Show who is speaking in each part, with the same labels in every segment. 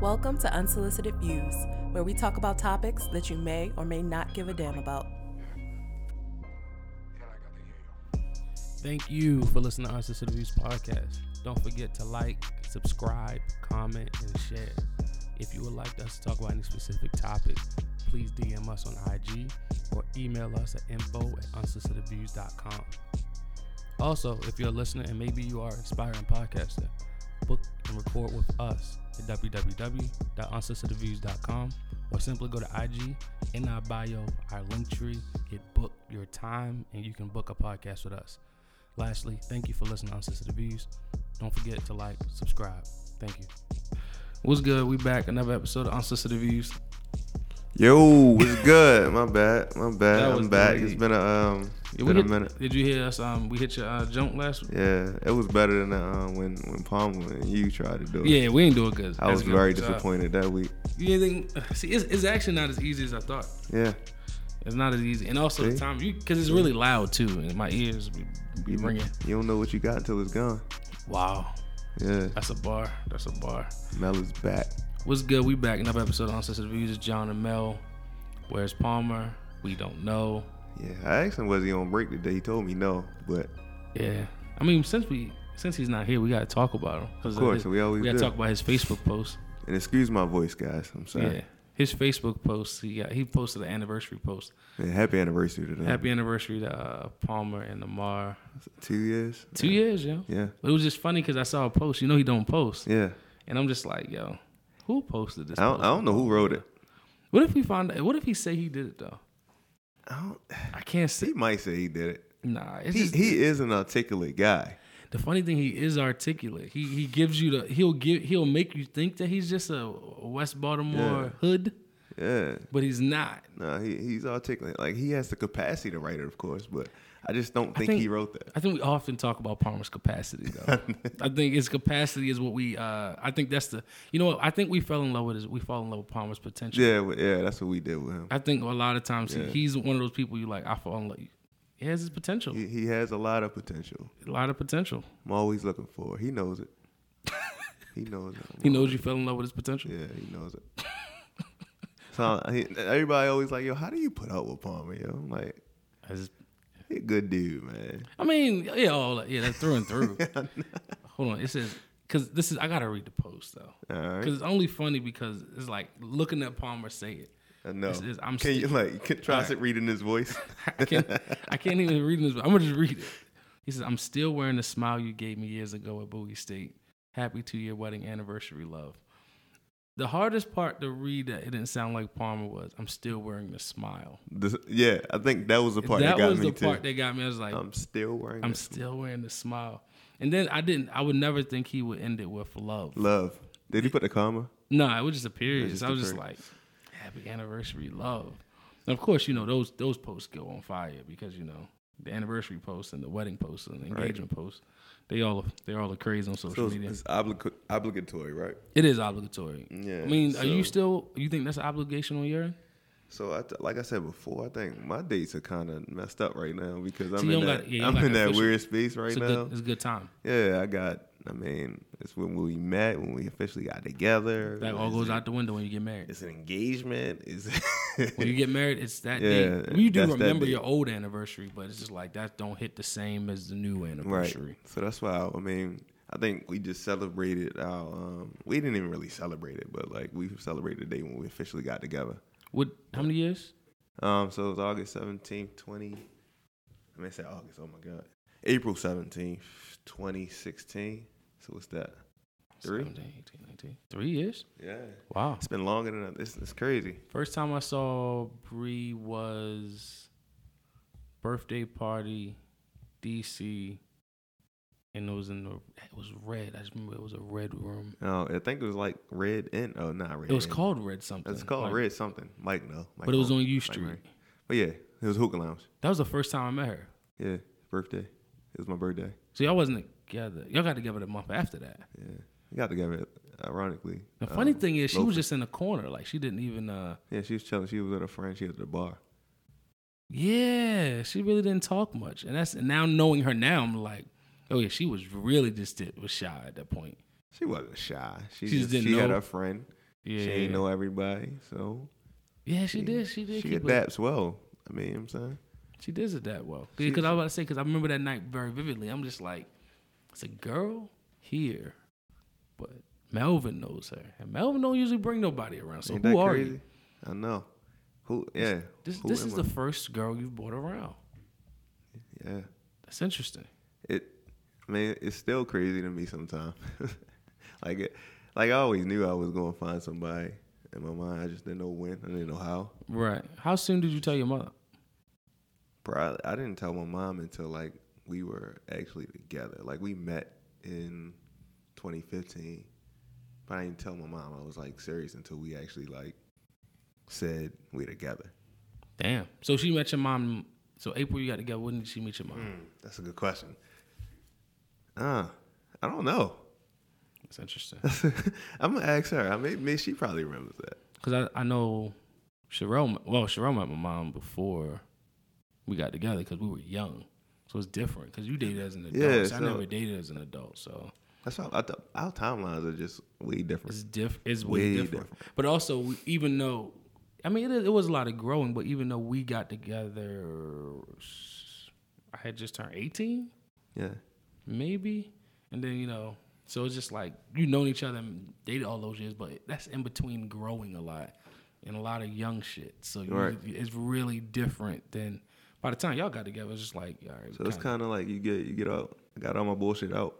Speaker 1: Welcome to Unsolicited Views, where we talk about topics that you may or may not give a damn about.
Speaker 2: Thank you for listening to Unsolicited Views podcast. Don't forget to like, subscribe, comment, and share. If you would like us to talk about any specific topic, please DM us on IG or email us at info at unsolicitedviews.com. Also, if you're a listener and maybe you are an aspiring podcaster, book and record with us at www.unsolicitedviews.com or simply go to IG in our bio, our link tree, hit book your time, and you can book a podcast with us. Lastly, thank you for listening to Unsolicited Views. Don't forget to like, subscribe. Thank you. What's good? We back another episode of Unsolicited Views.
Speaker 3: Yo, it's good. My bad. My
Speaker 2: That
Speaker 3: bad.
Speaker 2: was
Speaker 3: I'm back.
Speaker 2: delayed.
Speaker 3: It's been a um
Speaker 2: Yeah, we
Speaker 3: been a
Speaker 2: hit-
Speaker 3: minute.
Speaker 2: Did you hear us? Um, we hit your uh, jump last.
Speaker 3: Yeah, it was better than uh, when when Palmer and you tried to do it.
Speaker 2: Yeah, we ain't doing good.
Speaker 3: I was
Speaker 2: That's good.
Speaker 3: very
Speaker 2: So,
Speaker 3: disappointed that week.
Speaker 2: You didn't think- see, it's, it's actually not as easy as I thought.
Speaker 3: Yeah,
Speaker 2: It's not as easy, and also the
Speaker 3: See?
Speaker 2: time you because it's really loud too, and my ears be, be
Speaker 3: you,
Speaker 2: ringing.
Speaker 3: you don't know what you got until it's gone.
Speaker 2: Wow,
Speaker 3: Yeah,
Speaker 2: that's a bar. That's a bar.
Speaker 3: Mel is back.
Speaker 2: What's good? We back another episode of Uncensored Views. It's John and Mel. Where's Palmer? We don't know.
Speaker 3: Yeah, I asked him was he on break today. He told me no, but
Speaker 2: Yeah, I mean since we since he's not here, we gotta talk about him. Of
Speaker 3: course, we always
Speaker 2: we gotta
Speaker 3: do.
Speaker 2: talk about his Facebook post.
Speaker 3: and excuse my voice, guys. I'm
Speaker 2: Yeah,
Speaker 3: sorry.
Speaker 2: his Facebook post. He got, he posted an anniversary post.
Speaker 3: Man, happy anniversary to them.
Speaker 2: Happy anniversary to uh, Palmer and Lamar.
Speaker 3: Two years.
Speaker 2: Two years, yo.
Speaker 3: Yeah,
Speaker 2: But it was just funny because I saw a post. You know he don't post,
Speaker 3: yeah.
Speaker 2: and I'm just like, yo, who posted this?
Speaker 3: I don't, I
Speaker 2: post?
Speaker 3: don't know who wrote it.
Speaker 2: What if we find? What if he say he did it though?
Speaker 3: I don't.
Speaker 2: I can't
Speaker 3: He
Speaker 2: see.
Speaker 3: might say he did it.
Speaker 2: Nah, it's
Speaker 3: He
Speaker 2: just,
Speaker 3: he is an articulate guy.
Speaker 2: the funny thing. He is articulate. He he gives you the. He'll give. He'll make you think that he's just a West Baltimore hood,
Speaker 3: Yeah.
Speaker 2: but he's not.
Speaker 3: No, he, he's articulate. Like he has the capacity to write it, of course, but I just don't
Speaker 2: I
Speaker 3: think, he
Speaker 2: think-
Speaker 3: wrote that.
Speaker 2: I think we often talk about Palmer's capacity, though. I think his capacity is what we. Uh, I think that's the. You know what? I think we fell in love with his. We fall in love with Palmer's potential.
Speaker 3: Yeah, well, yeah, that's what we did with him.
Speaker 2: I think a lot of times
Speaker 3: Yeah.
Speaker 2: he, he's one of those people you like. I fall in love. He has his potential.
Speaker 3: He, he has a lot of potential.
Speaker 2: A lot of potential.
Speaker 3: I'm always looking for. it. He knows it. he knows it.
Speaker 2: He knows you fell in love with his potential.
Speaker 3: Yeah, he knows it. so he, everybody always like, yo, how do you put up with Palmer? Yo, I'm like,
Speaker 2: I just-
Speaker 3: he a good dude, man.
Speaker 2: I mean, yeah, all that, yeah, that's through and through. Hold on, it says because this is I gotta read the post though
Speaker 3: All
Speaker 2: because
Speaker 3: right,
Speaker 2: it's only funny because it's like looking at Palmer say it.
Speaker 3: I know.
Speaker 2: it's- it's- I'm
Speaker 3: Can you
Speaker 2: still-
Speaker 3: like can, try to reading his voice?
Speaker 2: I can't, I can't even read this. But I'm gonna just read it. He says, "I'm still wearing the smile you gave me years ago at Bowie State. Happy two-year wedding anniversary, love." The hardest part to read that it didn't sound like Palmer was, "I'm still wearing the smile."
Speaker 3: This- yeah, I think that was the part that,
Speaker 2: that
Speaker 3: got
Speaker 2: was
Speaker 3: me
Speaker 2: the
Speaker 3: too. Oh,
Speaker 2: part that got me. I was like,
Speaker 3: I'm still wearing.
Speaker 2: "I'm
Speaker 3: this.
Speaker 2: still wearing the smile." And then I didn't. I would never think he would end it with love.
Speaker 3: Love. Did he put the comma?
Speaker 2: No, it was just a period.
Speaker 3: just
Speaker 2: I
Speaker 3: a
Speaker 2: was just
Speaker 3: period.
Speaker 2: like, "Happy anniversary, love." And of course, you know those those posts go on fire because you know the anniversary posts and the wedding posts and the
Speaker 3: Right.
Speaker 2: engagement posts. They all they all are crazy on social
Speaker 3: So it's,
Speaker 2: media.
Speaker 3: it's oblig- obligatory, right?
Speaker 2: it is obligatory.
Speaker 3: Yeah,
Speaker 2: I mean, are you
Speaker 3: so-
Speaker 2: still? You think that's an obligation on your end?
Speaker 3: So, I th- like I said before, I think my dates are kind of messed up right now because I'm
Speaker 2: you
Speaker 3: in
Speaker 2: don't
Speaker 3: that
Speaker 2: got- yeah, you
Speaker 3: I'm
Speaker 2: got
Speaker 3: in that
Speaker 2: official-
Speaker 3: weird space right
Speaker 2: It's a
Speaker 3: now.
Speaker 2: good. It's a good time.
Speaker 3: yeah, I got. I mean, it's when we met, when we officially got together.
Speaker 2: That all
Speaker 3: It's
Speaker 2: goes
Speaker 3: an-
Speaker 2: out the window when you get married.
Speaker 3: It's an engagement. Is
Speaker 2: When you get married, it's that
Speaker 3: Yeah,
Speaker 2: day. You do
Speaker 3: that's that
Speaker 2: remember
Speaker 3: day.
Speaker 2: your old anniversary, but it's just like that don't hit the same as the new
Speaker 3: right.
Speaker 2: anniversary.
Speaker 3: So that's why I, mean, I think we just celebrated our. Um, we didn't even really celebrate it, but like we celebrated the day when we officially got together.
Speaker 2: What? How many years?
Speaker 3: Um, so it was August seventeenth, twenty. I mean, I said August. Oh my God, April seventeenth, twenty sixteen. So what's that? Three.
Speaker 2: 17, 18, 19. Three years?
Speaker 3: Yeah,
Speaker 2: Wow.
Speaker 3: it's been longer than that. This is crazy.
Speaker 2: First time I saw Bree was birthday party, DC, and it was in the it was red. I just remember it was a red room.
Speaker 3: No, Uh, I think it was like red and oh, not red.
Speaker 2: It was
Speaker 3: Inn.
Speaker 2: called Red something.
Speaker 3: It's called
Speaker 2: like-
Speaker 3: red something. Mike no. Mike
Speaker 2: but it was
Speaker 3: Holmes.
Speaker 2: on U
Speaker 3: Mike
Speaker 2: Street.
Speaker 3: Murray. But yeah, it was hookah lounge.
Speaker 2: That was the first time I met her.
Speaker 3: Yeah, birthday. It was my birthday.
Speaker 2: So y'all wasn't together. Y'all got together the month after that.
Speaker 3: Yeah, we got together. Ironically,
Speaker 2: The funny
Speaker 3: um,
Speaker 2: thing is, she was
Speaker 3: loafing.
Speaker 2: just in the corner. Like she didn't even. uh
Speaker 3: Yeah, she was chilling. She was with her friend. She was at the bar.
Speaker 2: Yeah, she really didn't talk much. And that's and now knowing her now, I'm like, oh yeah, she was really just was shy at that point.
Speaker 3: She wasn't shy. She,
Speaker 2: She just
Speaker 3: just,
Speaker 2: didn't
Speaker 3: she had
Speaker 2: know.
Speaker 3: her friend.
Speaker 2: Yeah,
Speaker 3: she ain't know everybody, so
Speaker 2: yeah, she did. She did.
Speaker 3: She
Speaker 2: keep it.
Speaker 3: adapts well. I mean, you know what I'm saying.
Speaker 2: She does it that well.
Speaker 3: She-
Speaker 2: Because I was about to say, because I remember that night very vividly. I'm just like, it's a girl here, but Melvin knows her, and Melvin don't usually bring nobody around. So
Speaker 3: Ain't
Speaker 2: who
Speaker 3: that
Speaker 2: are
Speaker 3: crazy?
Speaker 2: you?
Speaker 3: I know. Who? Yeah.
Speaker 2: This
Speaker 3: who
Speaker 2: this
Speaker 3: am
Speaker 2: is
Speaker 3: I?
Speaker 2: the first girl you've brought around.
Speaker 3: yeah.
Speaker 2: That's interesting.
Speaker 3: It. I mean, it's still crazy to me sometimes. like, it, like I always knew I was going to find somebody in my mind. I just didn't know when. I didn't know how.
Speaker 2: Right. How soon did you tell your mother?
Speaker 3: Probably. I didn't tell my mom until like we were actually together. Like we met in 2015, but I didn't tell my mom. I was like serious until we actually like said we're together.
Speaker 2: Damn. So she met your mom. So April, you got together. When did she meet your mom?
Speaker 3: Mm. Hmm, That's a good question. Uh, I don't know.
Speaker 2: That's interesting.
Speaker 3: I'm gonna ask her. I mean, may she probably remembers that.
Speaker 2: Because I, I know Sherelle, met- well, Sherelle met my mom before we got together because we were young. So it's different because you dated as an adult.
Speaker 3: Yeah,
Speaker 2: so I
Speaker 3: so-
Speaker 2: never dated as an adult. So
Speaker 3: That's why I thought our timelines are just way different.
Speaker 2: it's, diff- it's way,
Speaker 3: Way
Speaker 2: different. But also, we- even though, I mean, it, it was a lot of growing, but even though we got together, I had just turned 18,
Speaker 3: Yeah,
Speaker 2: maybe. And then, you know, so it's just like you known each other and dated all those years, but that's in between growing a lot and a lot of young shit. So you,
Speaker 3: Right.
Speaker 2: it's really different than by the time y'all got together, it's just like, all right,
Speaker 3: so it's kind of like you get you get out. I got all my bullshit out.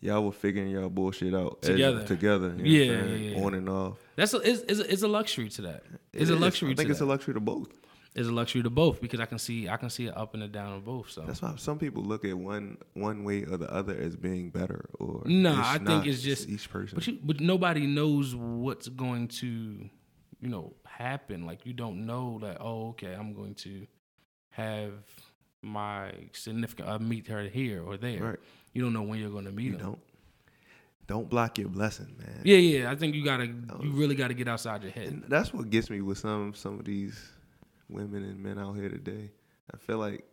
Speaker 3: Y'all were figuring y'all bullshit out as-
Speaker 2: Together.
Speaker 3: together. you know what I'm
Speaker 2: Yeah, yeah,
Speaker 3: saying?
Speaker 2: yeah.
Speaker 3: On and off.
Speaker 2: that's a, it's, it's, a, it's a luxury to that.
Speaker 3: It
Speaker 2: It's a
Speaker 3: is.
Speaker 2: luxury
Speaker 3: I think
Speaker 2: to
Speaker 3: it's
Speaker 2: that.
Speaker 3: a luxury to both.
Speaker 2: it's a luxury to both because I can see I can see an up and a down of both. So
Speaker 3: That's why some people look at one one way or the other as being better or
Speaker 2: No,
Speaker 3: it's
Speaker 2: I think
Speaker 3: not.
Speaker 2: it's just-
Speaker 3: each person.
Speaker 2: But you, but nobody knows what's going to, you know, happen. Like you don't know that. Oh, okay, I'm going to have my significant. I meet her here or there.
Speaker 3: Right.
Speaker 2: You don't know when you're going to meet
Speaker 3: You
Speaker 2: them.
Speaker 3: don't don't block your blessing, man.
Speaker 2: Yeah, yeah. I think you gotta. You really gotta get outside your head.
Speaker 3: And that's what gets me with some some of these women and men out here today. I feel like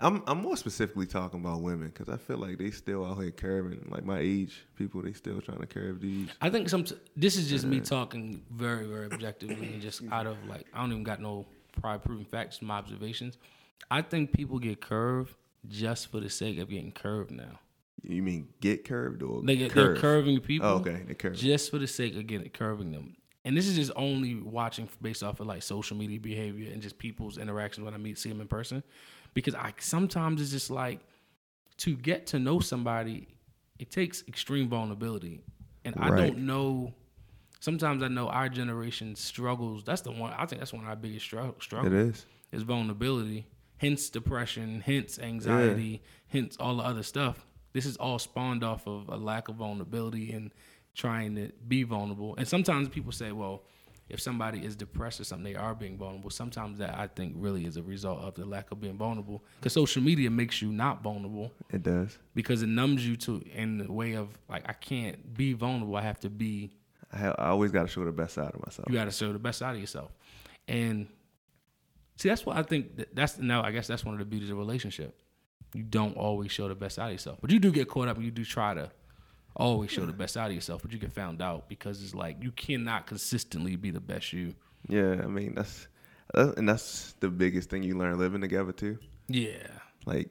Speaker 3: I'm I'm more specifically talking about women because I feel like they still out here curving like my age people. They still trying to curve these.
Speaker 2: I think some. This is just me talking very, very objectively and just out of like I don't even got no prior proven facts, my observations. I think people get curved just for the sake of getting curved now.
Speaker 3: You mean get curved or
Speaker 2: They get,
Speaker 3: curve?
Speaker 2: They're curving people.
Speaker 3: Oh, okay, they curve.
Speaker 2: just for the sake of getting curving them. And this is just only watching based off of like social media behavior and just people's interactions when I meet see them in person, because I sometimes it's just like to get to know somebody, it takes extreme vulnerability, and I
Speaker 3: Right.
Speaker 2: don't know. Sometimes I know our generation struggles. That's the one I think that's one of our biggest struggle.
Speaker 3: It
Speaker 2: struggle
Speaker 3: is.
Speaker 2: is vulnerability, hence depression, hence anxiety, hence all the other stuff. This is all spawned off of a lack of vulnerability and trying to be vulnerable. And sometimes people say, well, if somebody is depressed or something, they are being vulnerable. Sometimes that I think really is a result of the lack of being vulnerable because social media makes you not vulnerable
Speaker 3: It does.
Speaker 2: because it numbs you to in the way of like, I can't be vulnerable. I have to be
Speaker 3: I, have, I always got to show the best side of myself.
Speaker 2: you got to show the best out of yourself. And see, that's what I think. That that's now. I guess that's one of the beauties of a relationship. You don't always show the best out of yourself, but you do get caught up, and you do try to always show the best out of yourself. But you get found out because it's like you cannot consistently be the best you.
Speaker 3: Yeah, I mean that's, that's and that's the biggest thing you learn living together too.
Speaker 2: Yeah,
Speaker 3: Like,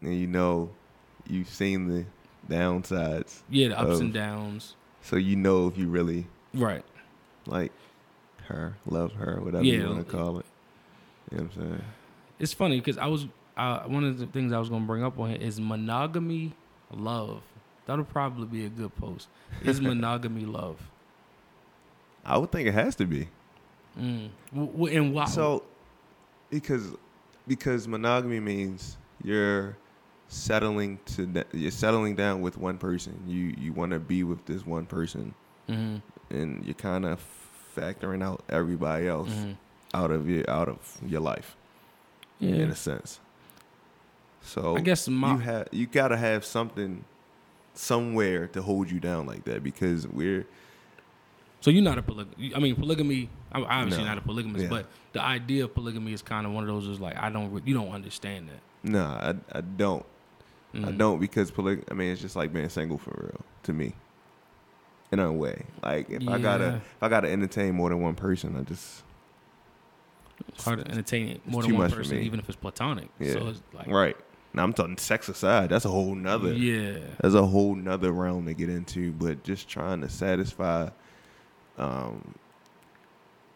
Speaker 3: and you know, you've seen the downsides,
Speaker 2: yeah, the ups
Speaker 3: Of-
Speaker 2: and downs.
Speaker 3: so you know if you really
Speaker 2: Right.
Speaker 3: like her, love her, whatever
Speaker 2: Yeah.
Speaker 3: you want to call it. You know what I'm saying?
Speaker 2: It's funny because I was uh, one of the things I was gonna bring up on here is monogamy love. That'll probably be a good post. Is monogamy love?
Speaker 3: I would think it has to be.
Speaker 2: Mm. W- w- and why?
Speaker 3: So because because monogamy means you're settling to da- you're settling down with one person. You you want to be with this one person
Speaker 2: Mhm.
Speaker 3: and you're kind of factoring out everybody else
Speaker 2: Mm-hmm.
Speaker 3: out of your out of your life in
Speaker 2: Yeah.
Speaker 3: a sense. So
Speaker 2: I guess my-
Speaker 3: you have you gotta have something somewhere to hold you down like that because we're
Speaker 2: So you're not a polyg. I mean, polygamy. I'm obviously
Speaker 3: No.
Speaker 2: not a polygamist,
Speaker 3: Yeah.
Speaker 2: but the idea of polygamy is kind of one of those. Is like I don't. Re- you don't understand that.
Speaker 3: nah I, I don't I
Speaker 2: Mhm.
Speaker 3: don't because polyg- I mean it's just like being single for real to me. in a way. Like if I
Speaker 2: Yeah.
Speaker 3: gotta if I gotta entertain more than one person, I just
Speaker 2: It's hard to entertain it more
Speaker 3: It's
Speaker 2: than
Speaker 3: too
Speaker 2: one
Speaker 3: much for
Speaker 2: person,
Speaker 3: me.
Speaker 2: even if it's platonic.
Speaker 3: yeah.
Speaker 2: So it's like,
Speaker 3: right. Now I'm talking sex aside. That's a whole nother.
Speaker 2: yeah,
Speaker 3: That's a whole nother realm to get into. But just trying to satisfy, um,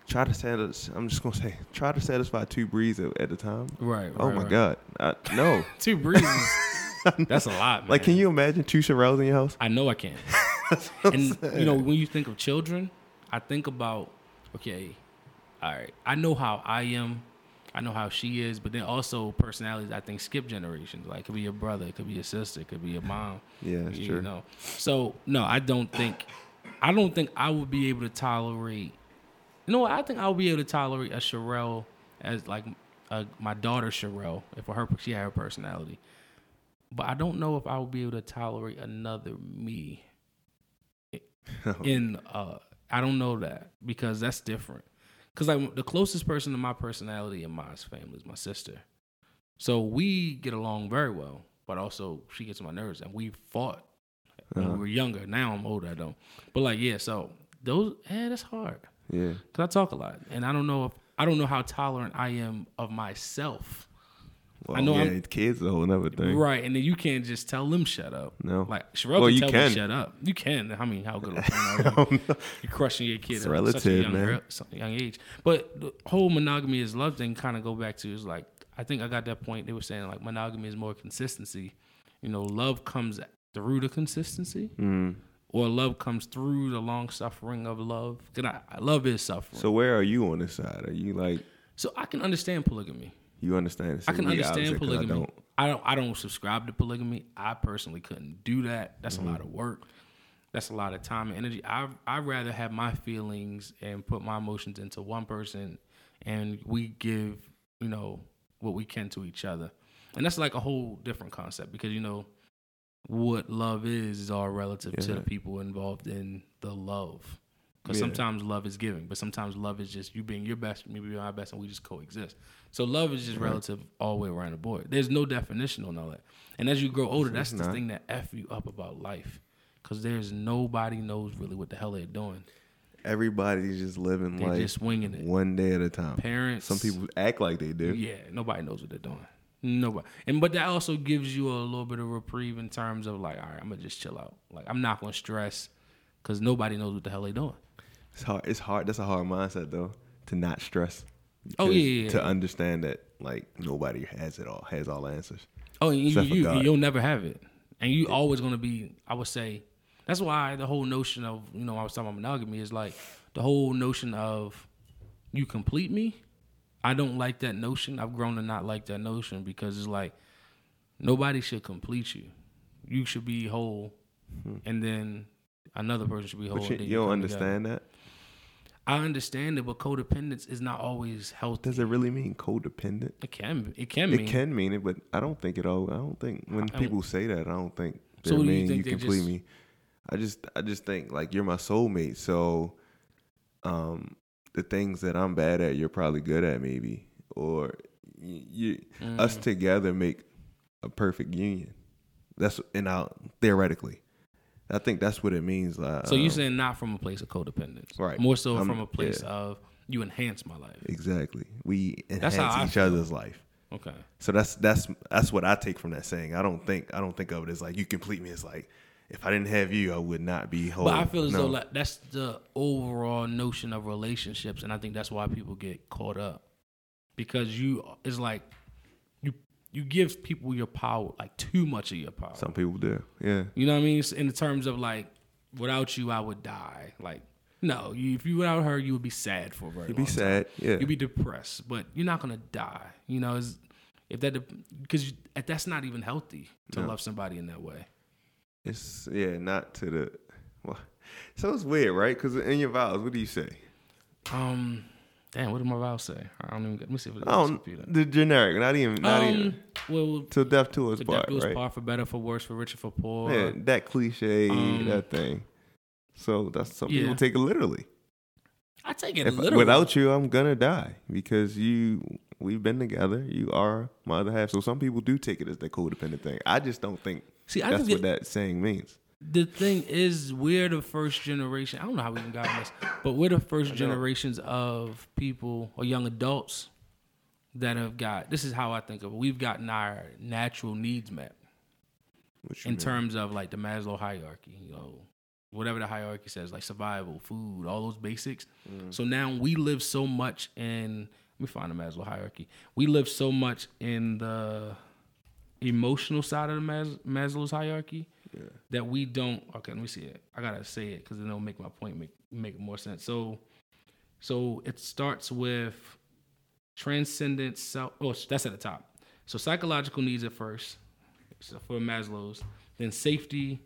Speaker 3: try to satisfy. I'm just gonna say try to satisfy two breeds at, at a time.
Speaker 2: right.
Speaker 3: Oh
Speaker 2: right,
Speaker 3: my
Speaker 2: right.
Speaker 3: god, I, no.
Speaker 2: two breezes. that's a lot. Man.
Speaker 3: Like, can you imagine two Shirelles in your house?
Speaker 2: I know I can. and you know, when you think of children, I think about okay, all right. I know how I am. I know how she is, but then also personalities. I think skip generations. Like it could be your brother, it could be your sister, it could be your mom.
Speaker 3: Yeah, that's
Speaker 2: you
Speaker 3: true.
Speaker 2: know. So no, I don't think. I don't think I would be able to tolerate. You know, what? I think I would be able to tolerate a Sherelle as like uh my daughter Sherelle if her she had her personality. But I don't know if I would be able to tolerate another me in uh I don't know that because that's different. Cause like the closest person to my personality in my family is my sister. So we get along very well, but also she gets on my nerves and we fought when we were younger. Now I'm older, I don't. But like yeah, so those eh, that's hard.
Speaker 3: Yeah,
Speaker 2: Cause I talk a lot and I don't know if I don't know how tolerant I am of myself.
Speaker 3: well,
Speaker 2: know
Speaker 3: Yeah,
Speaker 2: I'm-
Speaker 3: kids a whole nother thing.
Speaker 2: Right, and then you can't just tell them shut up.
Speaker 3: No.
Speaker 2: like Sherelle
Speaker 3: Well,
Speaker 2: can
Speaker 3: you
Speaker 2: tell
Speaker 3: can.
Speaker 2: me shut up. You can. I mean, how good a parent are you? You're crushing your kid
Speaker 3: It's
Speaker 2: at such a
Speaker 3: relative,
Speaker 2: young,
Speaker 3: man.
Speaker 2: girl- so- young age. But the whole monogamy is love thing kind of go back to is like I think I got that point. They were saying like monogamy is more consistency. You know, love comes through the consistency,
Speaker 3: Mm.
Speaker 2: or love comes through the long suffering of love. Cause I, I love is suffering,
Speaker 3: So where are you on this side? Are you like
Speaker 2: so I can understand polygamy.
Speaker 3: you understand?
Speaker 2: I can
Speaker 3: See, we
Speaker 2: understand
Speaker 3: opposite 'cause
Speaker 2: polygamy.
Speaker 3: I don't.
Speaker 2: I don't. I don't subscribe to polygamy. I personally couldn't do that. That's a lot of work. That's a lot of time and energy. I I rather have my feelings and put my emotions into one person, and we give you know what we can to each other, and that's like a whole different concept because you know what love is is all relative to the
Speaker 3: Yeah.
Speaker 2: people involved in the love. Because
Speaker 3: Yeah.
Speaker 2: sometimes love is giving, but sometimes love is just you being your best, me being my best, and we just coexist. So love is just relative all the way around the board. There's no definition on all that. And as you grow older, that's the
Speaker 3: not.
Speaker 2: thing that f you up about life, because there's nobody knows really what the hell they're doing.
Speaker 3: Everybody's just living
Speaker 2: They're
Speaker 3: like
Speaker 2: just winging it.
Speaker 3: one day at a time.
Speaker 2: Parents,
Speaker 3: Some people act like they do.
Speaker 2: yeah, nobody knows what they're doing. Nobody, and but that also gives you a little bit of reprieve in terms of like, all right, I'm gonna just chill out. Like I'm not gonna stress, because nobody knows what the hell they're doing.
Speaker 3: It's hard. It's hard. That's a hard mindset though to not stress.
Speaker 2: Oh,
Speaker 3: Because
Speaker 2: yeah, yeah,
Speaker 3: To
Speaker 2: yeah.
Speaker 3: understand that like nobody has it all has all the answers.
Speaker 2: Oh, and you,
Speaker 3: Except for
Speaker 2: you
Speaker 3: God.
Speaker 2: you'll never have it, and you always gonna be. I would say that's why the whole notion of you know I was talking about monogamy is like the whole notion of you complete me. I don't like that notion. I've grown to not like that notion because it's like nobody should complete you. You should be whole, and then another person should be whole.
Speaker 3: Hmm. But
Speaker 2: and
Speaker 3: you,
Speaker 2: Oh, then
Speaker 3: you don't
Speaker 2: come together.
Speaker 3: understand that.
Speaker 2: I understand it, but codependence is not always healthy.
Speaker 3: Does it really mean codependent?
Speaker 2: It can it can mean
Speaker 3: it can mean it, but I don't think it all. I don't think when
Speaker 2: I- I-
Speaker 3: people say that, I don't think they
Speaker 2: So what do you
Speaker 3: mean you,
Speaker 2: think they
Speaker 3: complete
Speaker 2: just-
Speaker 3: me. I just, I just think like you're my soulmate. So, um, the things that I'm bad at, you're probably good at, maybe, or y- you,
Speaker 2: Mm.
Speaker 3: us together make a perfect union. That's and I theoretically, I think that's what it means. Like,
Speaker 2: So you're
Speaker 3: um,
Speaker 2: saying not from a place of codependence,
Speaker 3: Right.
Speaker 2: More so
Speaker 3: I'm-
Speaker 2: from a place
Speaker 3: yeah.
Speaker 2: of you enhance my life.
Speaker 3: exactly we
Speaker 2: That's how I
Speaker 3: enhance each
Speaker 2: feel.
Speaker 3: other's life.
Speaker 2: Okay,
Speaker 3: So that's that's that's what I take from that saying. I don't think I don't think of it as like you complete me. It's like if I didn't have you, I would not be whole.
Speaker 2: but I feel as
Speaker 3: No.
Speaker 2: though like, that's the overall notion of relationships, and I think that's why people get caught up because you it's like you you give people your power like too much of your power.
Speaker 3: some people do. Yeah,
Speaker 2: You know what I mean? In the terms of like, without you, I would die. Like, no, you, if you without her, you would be sad for a very
Speaker 3: you'd be
Speaker 2: long time.
Speaker 3: sad. Yeah,
Speaker 2: You'll be depressed, but you're not gonna die. You know, is if that because that's not even healthy to
Speaker 3: No.
Speaker 2: love somebody in that way.
Speaker 3: it's yeah, not to the. Well, so it's weird, right? Because in your vows, what do you say?
Speaker 2: Um, damn, what did my vows say? I don't even. Let me see if it's on the
Speaker 3: Oh,
Speaker 2: computer.
Speaker 3: the generic. Not even. Not
Speaker 2: Um,
Speaker 3: even.
Speaker 2: well,
Speaker 3: Till death to us
Speaker 2: to
Speaker 3: part,
Speaker 2: death do us
Speaker 3: right?
Speaker 2: part, for better, for worse, for richer, for poor.
Speaker 3: Yeah, that cliche,
Speaker 2: Um,
Speaker 3: that thing. So that's some
Speaker 2: yeah.
Speaker 3: people take it literally.
Speaker 2: I take it
Speaker 3: If-
Speaker 2: literally.
Speaker 3: without you, I'm gonna die because you. We've been together. You are my other half. So some people do take it as the codependent thing. I just don't think
Speaker 2: see, I
Speaker 3: that's
Speaker 2: just
Speaker 3: what
Speaker 2: get,
Speaker 3: that saying means.
Speaker 2: the thing is, we're the first generation. I don't know how we even got on this, but we're the first generations of people or young adults that have got. This is how I think of it. We've gotten our natural needs met
Speaker 3: What you
Speaker 2: in
Speaker 3: mean?
Speaker 2: terms of like the Maslow hierarchy, you know, whatever the hierarchy says, like survival, food, all those basics.
Speaker 3: Mm.
Speaker 2: So now we live so much in. Let me find the Maslow hierarchy. We live so much in the emotional side of the Mas- Maslow's hierarchy
Speaker 3: Yeah.
Speaker 2: that we don't okay let me see it i gotta say it because then it'll make my point make make more sense so so it starts with transcendent self oh that's at the top so psychological needs at first so for maslow's then safety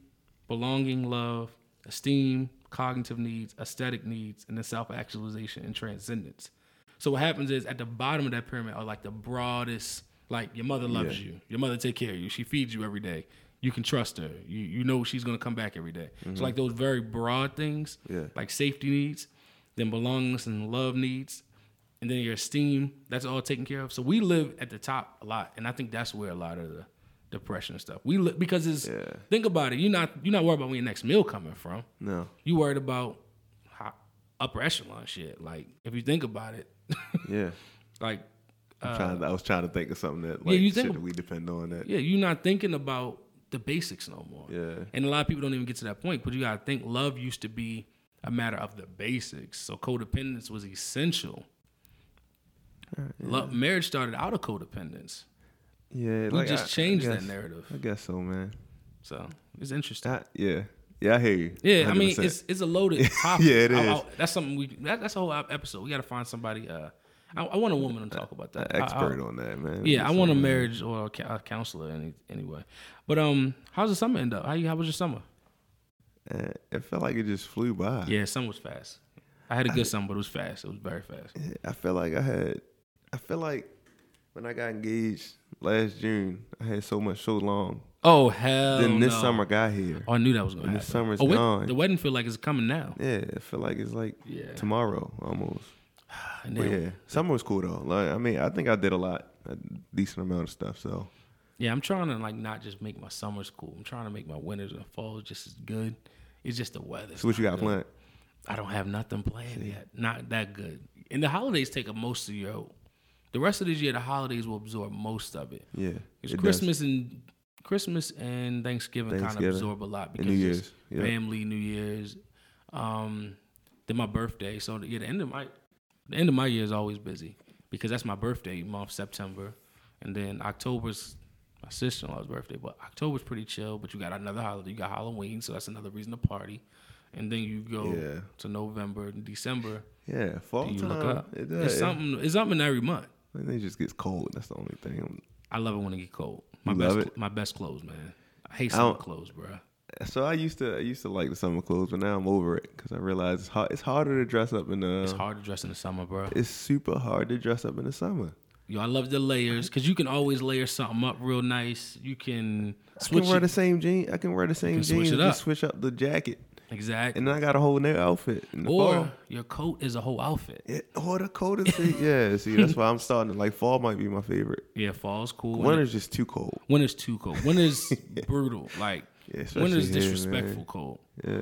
Speaker 2: belonging love esteem cognitive needs aesthetic needs and then self-actualization and transcendence so what happens is at the bottom of that pyramid are like the broadest like your mother loves you your mother take care of you she feeds you every day you can trust her you, you know she's going to come back every day. so like those very broad things
Speaker 3: Yeah.
Speaker 2: like safety needs then belongingness and love needs and then your esteem that's all taken care of so we live at the top a lot and i think that's where a lot of the depression and stuff we live because it's
Speaker 3: Yeah.
Speaker 2: think about it you're not you're not worried about where your next meal coming from
Speaker 3: No.
Speaker 2: you worried about how, upper echelon shit like if you think about it
Speaker 3: Yeah.
Speaker 2: like
Speaker 3: I'm trying to, I was trying to think of something that
Speaker 2: Uh, yeah,
Speaker 3: like
Speaker 2: you
Speaker 3: shit
Speaker 2: think-
Speaker 3: that we depend on that.
Speaker 2: yeah you're not thinking about the basics no more
Speaker 3: Yeah.
Speaker 2: and a lot of people don't even get to that point but you gotta think love used to be a matter of the basics so codependence was essential love, marriage started out of codependence
Speaker 3: Yeah.
Speaker 2: we just changed
Speaker 3: I
Speaker 2: that
Speaker 3: guess-
Speaker 2: narrative
Speaker 3: I guess so, man.
Speaker 2: so it's interesting
Speaker 3: I, yeah. Yeah, I hear you.
Speaker 2: yeah, I mean
Speaker 3: 100%.
Speaker 2: it's it's a loaded topic.
Speaker 3: Yeah, it
Speaker 2: I- I-
Speaker 3: is.
Speaker 2: that's something we that, that's a whole episode. We got to find somebody. Uh, I, I want a woman to talk about
Speaker 3: An
Speaker 2: that. I- I-
Speaker 3: expert on that, man.
Speaker 2: Yeah, I want a
Speaker 3: to.
Speaker 2: marriage or a cou- a counselor any, anyway. But um, how's the summer end up? How you, how was your summer?
Speaker 3: eh, It felt like it just flew by.
Speaker 2: Yeah, summer was fast. I had a good summer, but it was fast. It was very fast.
Speaker 3: I feel like I had, I feel like when I got engaged last June, I had so much so long.
Speaker 2: Oh hell!
Speaker 3: then this
Speaker 2: no.
Speaker 3: summer got here.
Speaker 2: oh, I knew that was gonna
Speaker 3: and
Speaker 2: happen.
Speaker 3: this summer's
Speaker 2: oh, wait,
Speaker 3: gone.
Speaker 2: The wedding feel like it's coming now.
Speaker 3: Yeah, I feel like it's like
Speaker 2: Yeah. Ah,
Speaker 3: tomorrow almost.
Speaker 2: And
Speaker 3: But
Speaker 2: then-
Speaker 3: yeah, summer was cool though. Like, I mean, I think I did a lot, a decent amount of stuff. So
Speaker 2: Yeah, I'm trying to like not just make my summers cool. I'm trying to make my winters and falls just as good. It's just the weather.
Speaker 3: So what you got
Speaker 2: planned?
Speaker 3: planned?
Speaker 2: I don't have nothing planned yet. Not that good. And the holidays take up most of your. The rest of this year, the holidays will absorb most of it.
Speaker 3: Yeah,
Speaker 2: It's
Speaker 3: it does.
Speaker 2: Christmas and Christmas and Thanksgiving, kind
Speaker 3: Thanksgiving.
Speaker 2: of absorb a lot because
Speaker 3: And New
Speaker 2: just
Speaker 3: Year's, yeah.
Speaker 2: family, New Year's, um, then my birthday. So yeah, the end of my the end of my year is always busy because that's my birthday month, September, and then October's my sister in law's birthday. But October's pretty chill. But you got another holiday, you got Halloween, so that's another reason to party. And then you go
Speaker 3: Yeah.
Speaker 2: to November and December.
Speaker 3: Yeah, fall
Speaker 2: You
Speaker 3: time.
Speaker 2: look up.
Speaker 3: It does.
Speaker 2: it's
Speaker 3: yeah.
Speaker 2: something. It's something every month.
Speaker 3: I think it just gets cold. That's the only thing.
Speaker 2: I love it when it get cold. My
Speaker 3: You
Speaker 2: best,
Speaker 3: love it?
Speaker 2: my best clothes, man. I hate
Speaker 3: I
Speaker 2: summer
Speaker 3: don't-
Speaker 2: clothes, bro.
Speaker 3: So I used to, I used to like the summer clothes, but now I'm over it because I realize it's hard. It's harder to dress up in um, the.
Speaker 2: It's hard to dress in the summer, bro.
Speaker 3: It's super hard to dress up in the summer.
Speaker 2: Yo, I love the layers because you can always layer something up real nice. You can
Speaker 3: I
Speaker 2: switch
Speaker 3: can wear the
Speaker 2: it.
Speaker 3: same jean. I can wear the same
Speaker 2: can switch
Speaker 3: jeans.
Speaker 2: it
Speaker 3: and
Speaker 2: up.
Speaker 3: Just switch up the jacket,
Speaker 2: exactly.
Speaker 3: and then I got a whole new outfit. In the fall.
Speaker 2: Or your coat is a whole outfit.
Speaker 3: It, or the cold is yeah. See, that's why I'm starting. to- Like fall might be my favorite.
Speaker 2: Yeah, fall's cool. Winter,
Speaker 3: Winter's just too cold.
Speaker 2: winter's too cold. Winter's brutal. Like
Speaker 3: Yeah, especially
Speaker 2: winter's
Speaker 3: here, man.
Speaker 2: disrespectful cold.
Speaker 3: Yeah,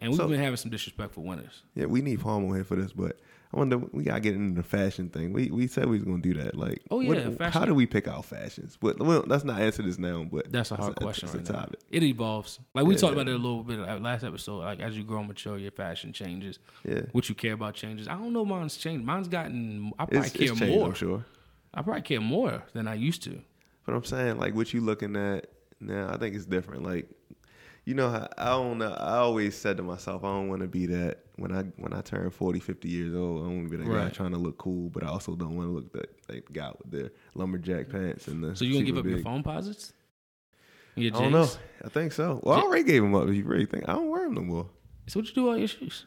Speaker 2: And we've
Speaker 3: So-
Speaker 2: been having some disrespectful winters.
Speaker 3: yeah. We need Palmer here for this, but I wonder we gotta get into the fashion thing. We we said we was gonna do that. Like,
Speaker 2: Oh,
Speaker 3: what-
Speaker 2: yeah,
Speaker 3: how
Speaker 2: fashion.
Speaker 3: do we pick our fashions? But well, let's not answer this now. But
Speaker 2: That's a hard question
Speaker 3: It's a
Speaker 2: right now.
Speaker 3: topic.
Speaker 2: It evolves. Like we talked
Speaker 3: Yeah.
Speaker 2: about it a little bit uh, last episode. Like as you grow and mature, your fashion changes.
Speaker 3: Yeah.
Speaker 2: What you care about changes. I don't know. Mine's changed. Mine's gotten. I probably
Speaker 3: It's,
Speaker 2: care
Speaker 3: it's changed,
Speaker 2: more.
Speaker 3: I'm sure.
Speaker 2: I probably care more than I used to.
Speaker 3: But I'm saying, like, what you looking at now, I think it's different. Like, you know, how I don't know. I always said to myself, I don't want to be that when I when I turn 40, 50 years old. I don't want to be that guy
Speaker 2: Right.
Speaker 3: trying to look cool, but I also don't want to look that like guy with the lumberjack pants and the.
Speaker 2: So you gonna give up
Speaker 3: super
Speaker 2: your
Speaker 3: big-
Speaker 2: phone posits? Your
Speaker 3: I don't know.
Speaker 2: J's?
Speaker 3: I think so. Well, I
Speaker 2: Ja-
Speaker 3: already gave them up. If you really think, I don't wear them no more.
Speaker 2: So what you do with all your shoes?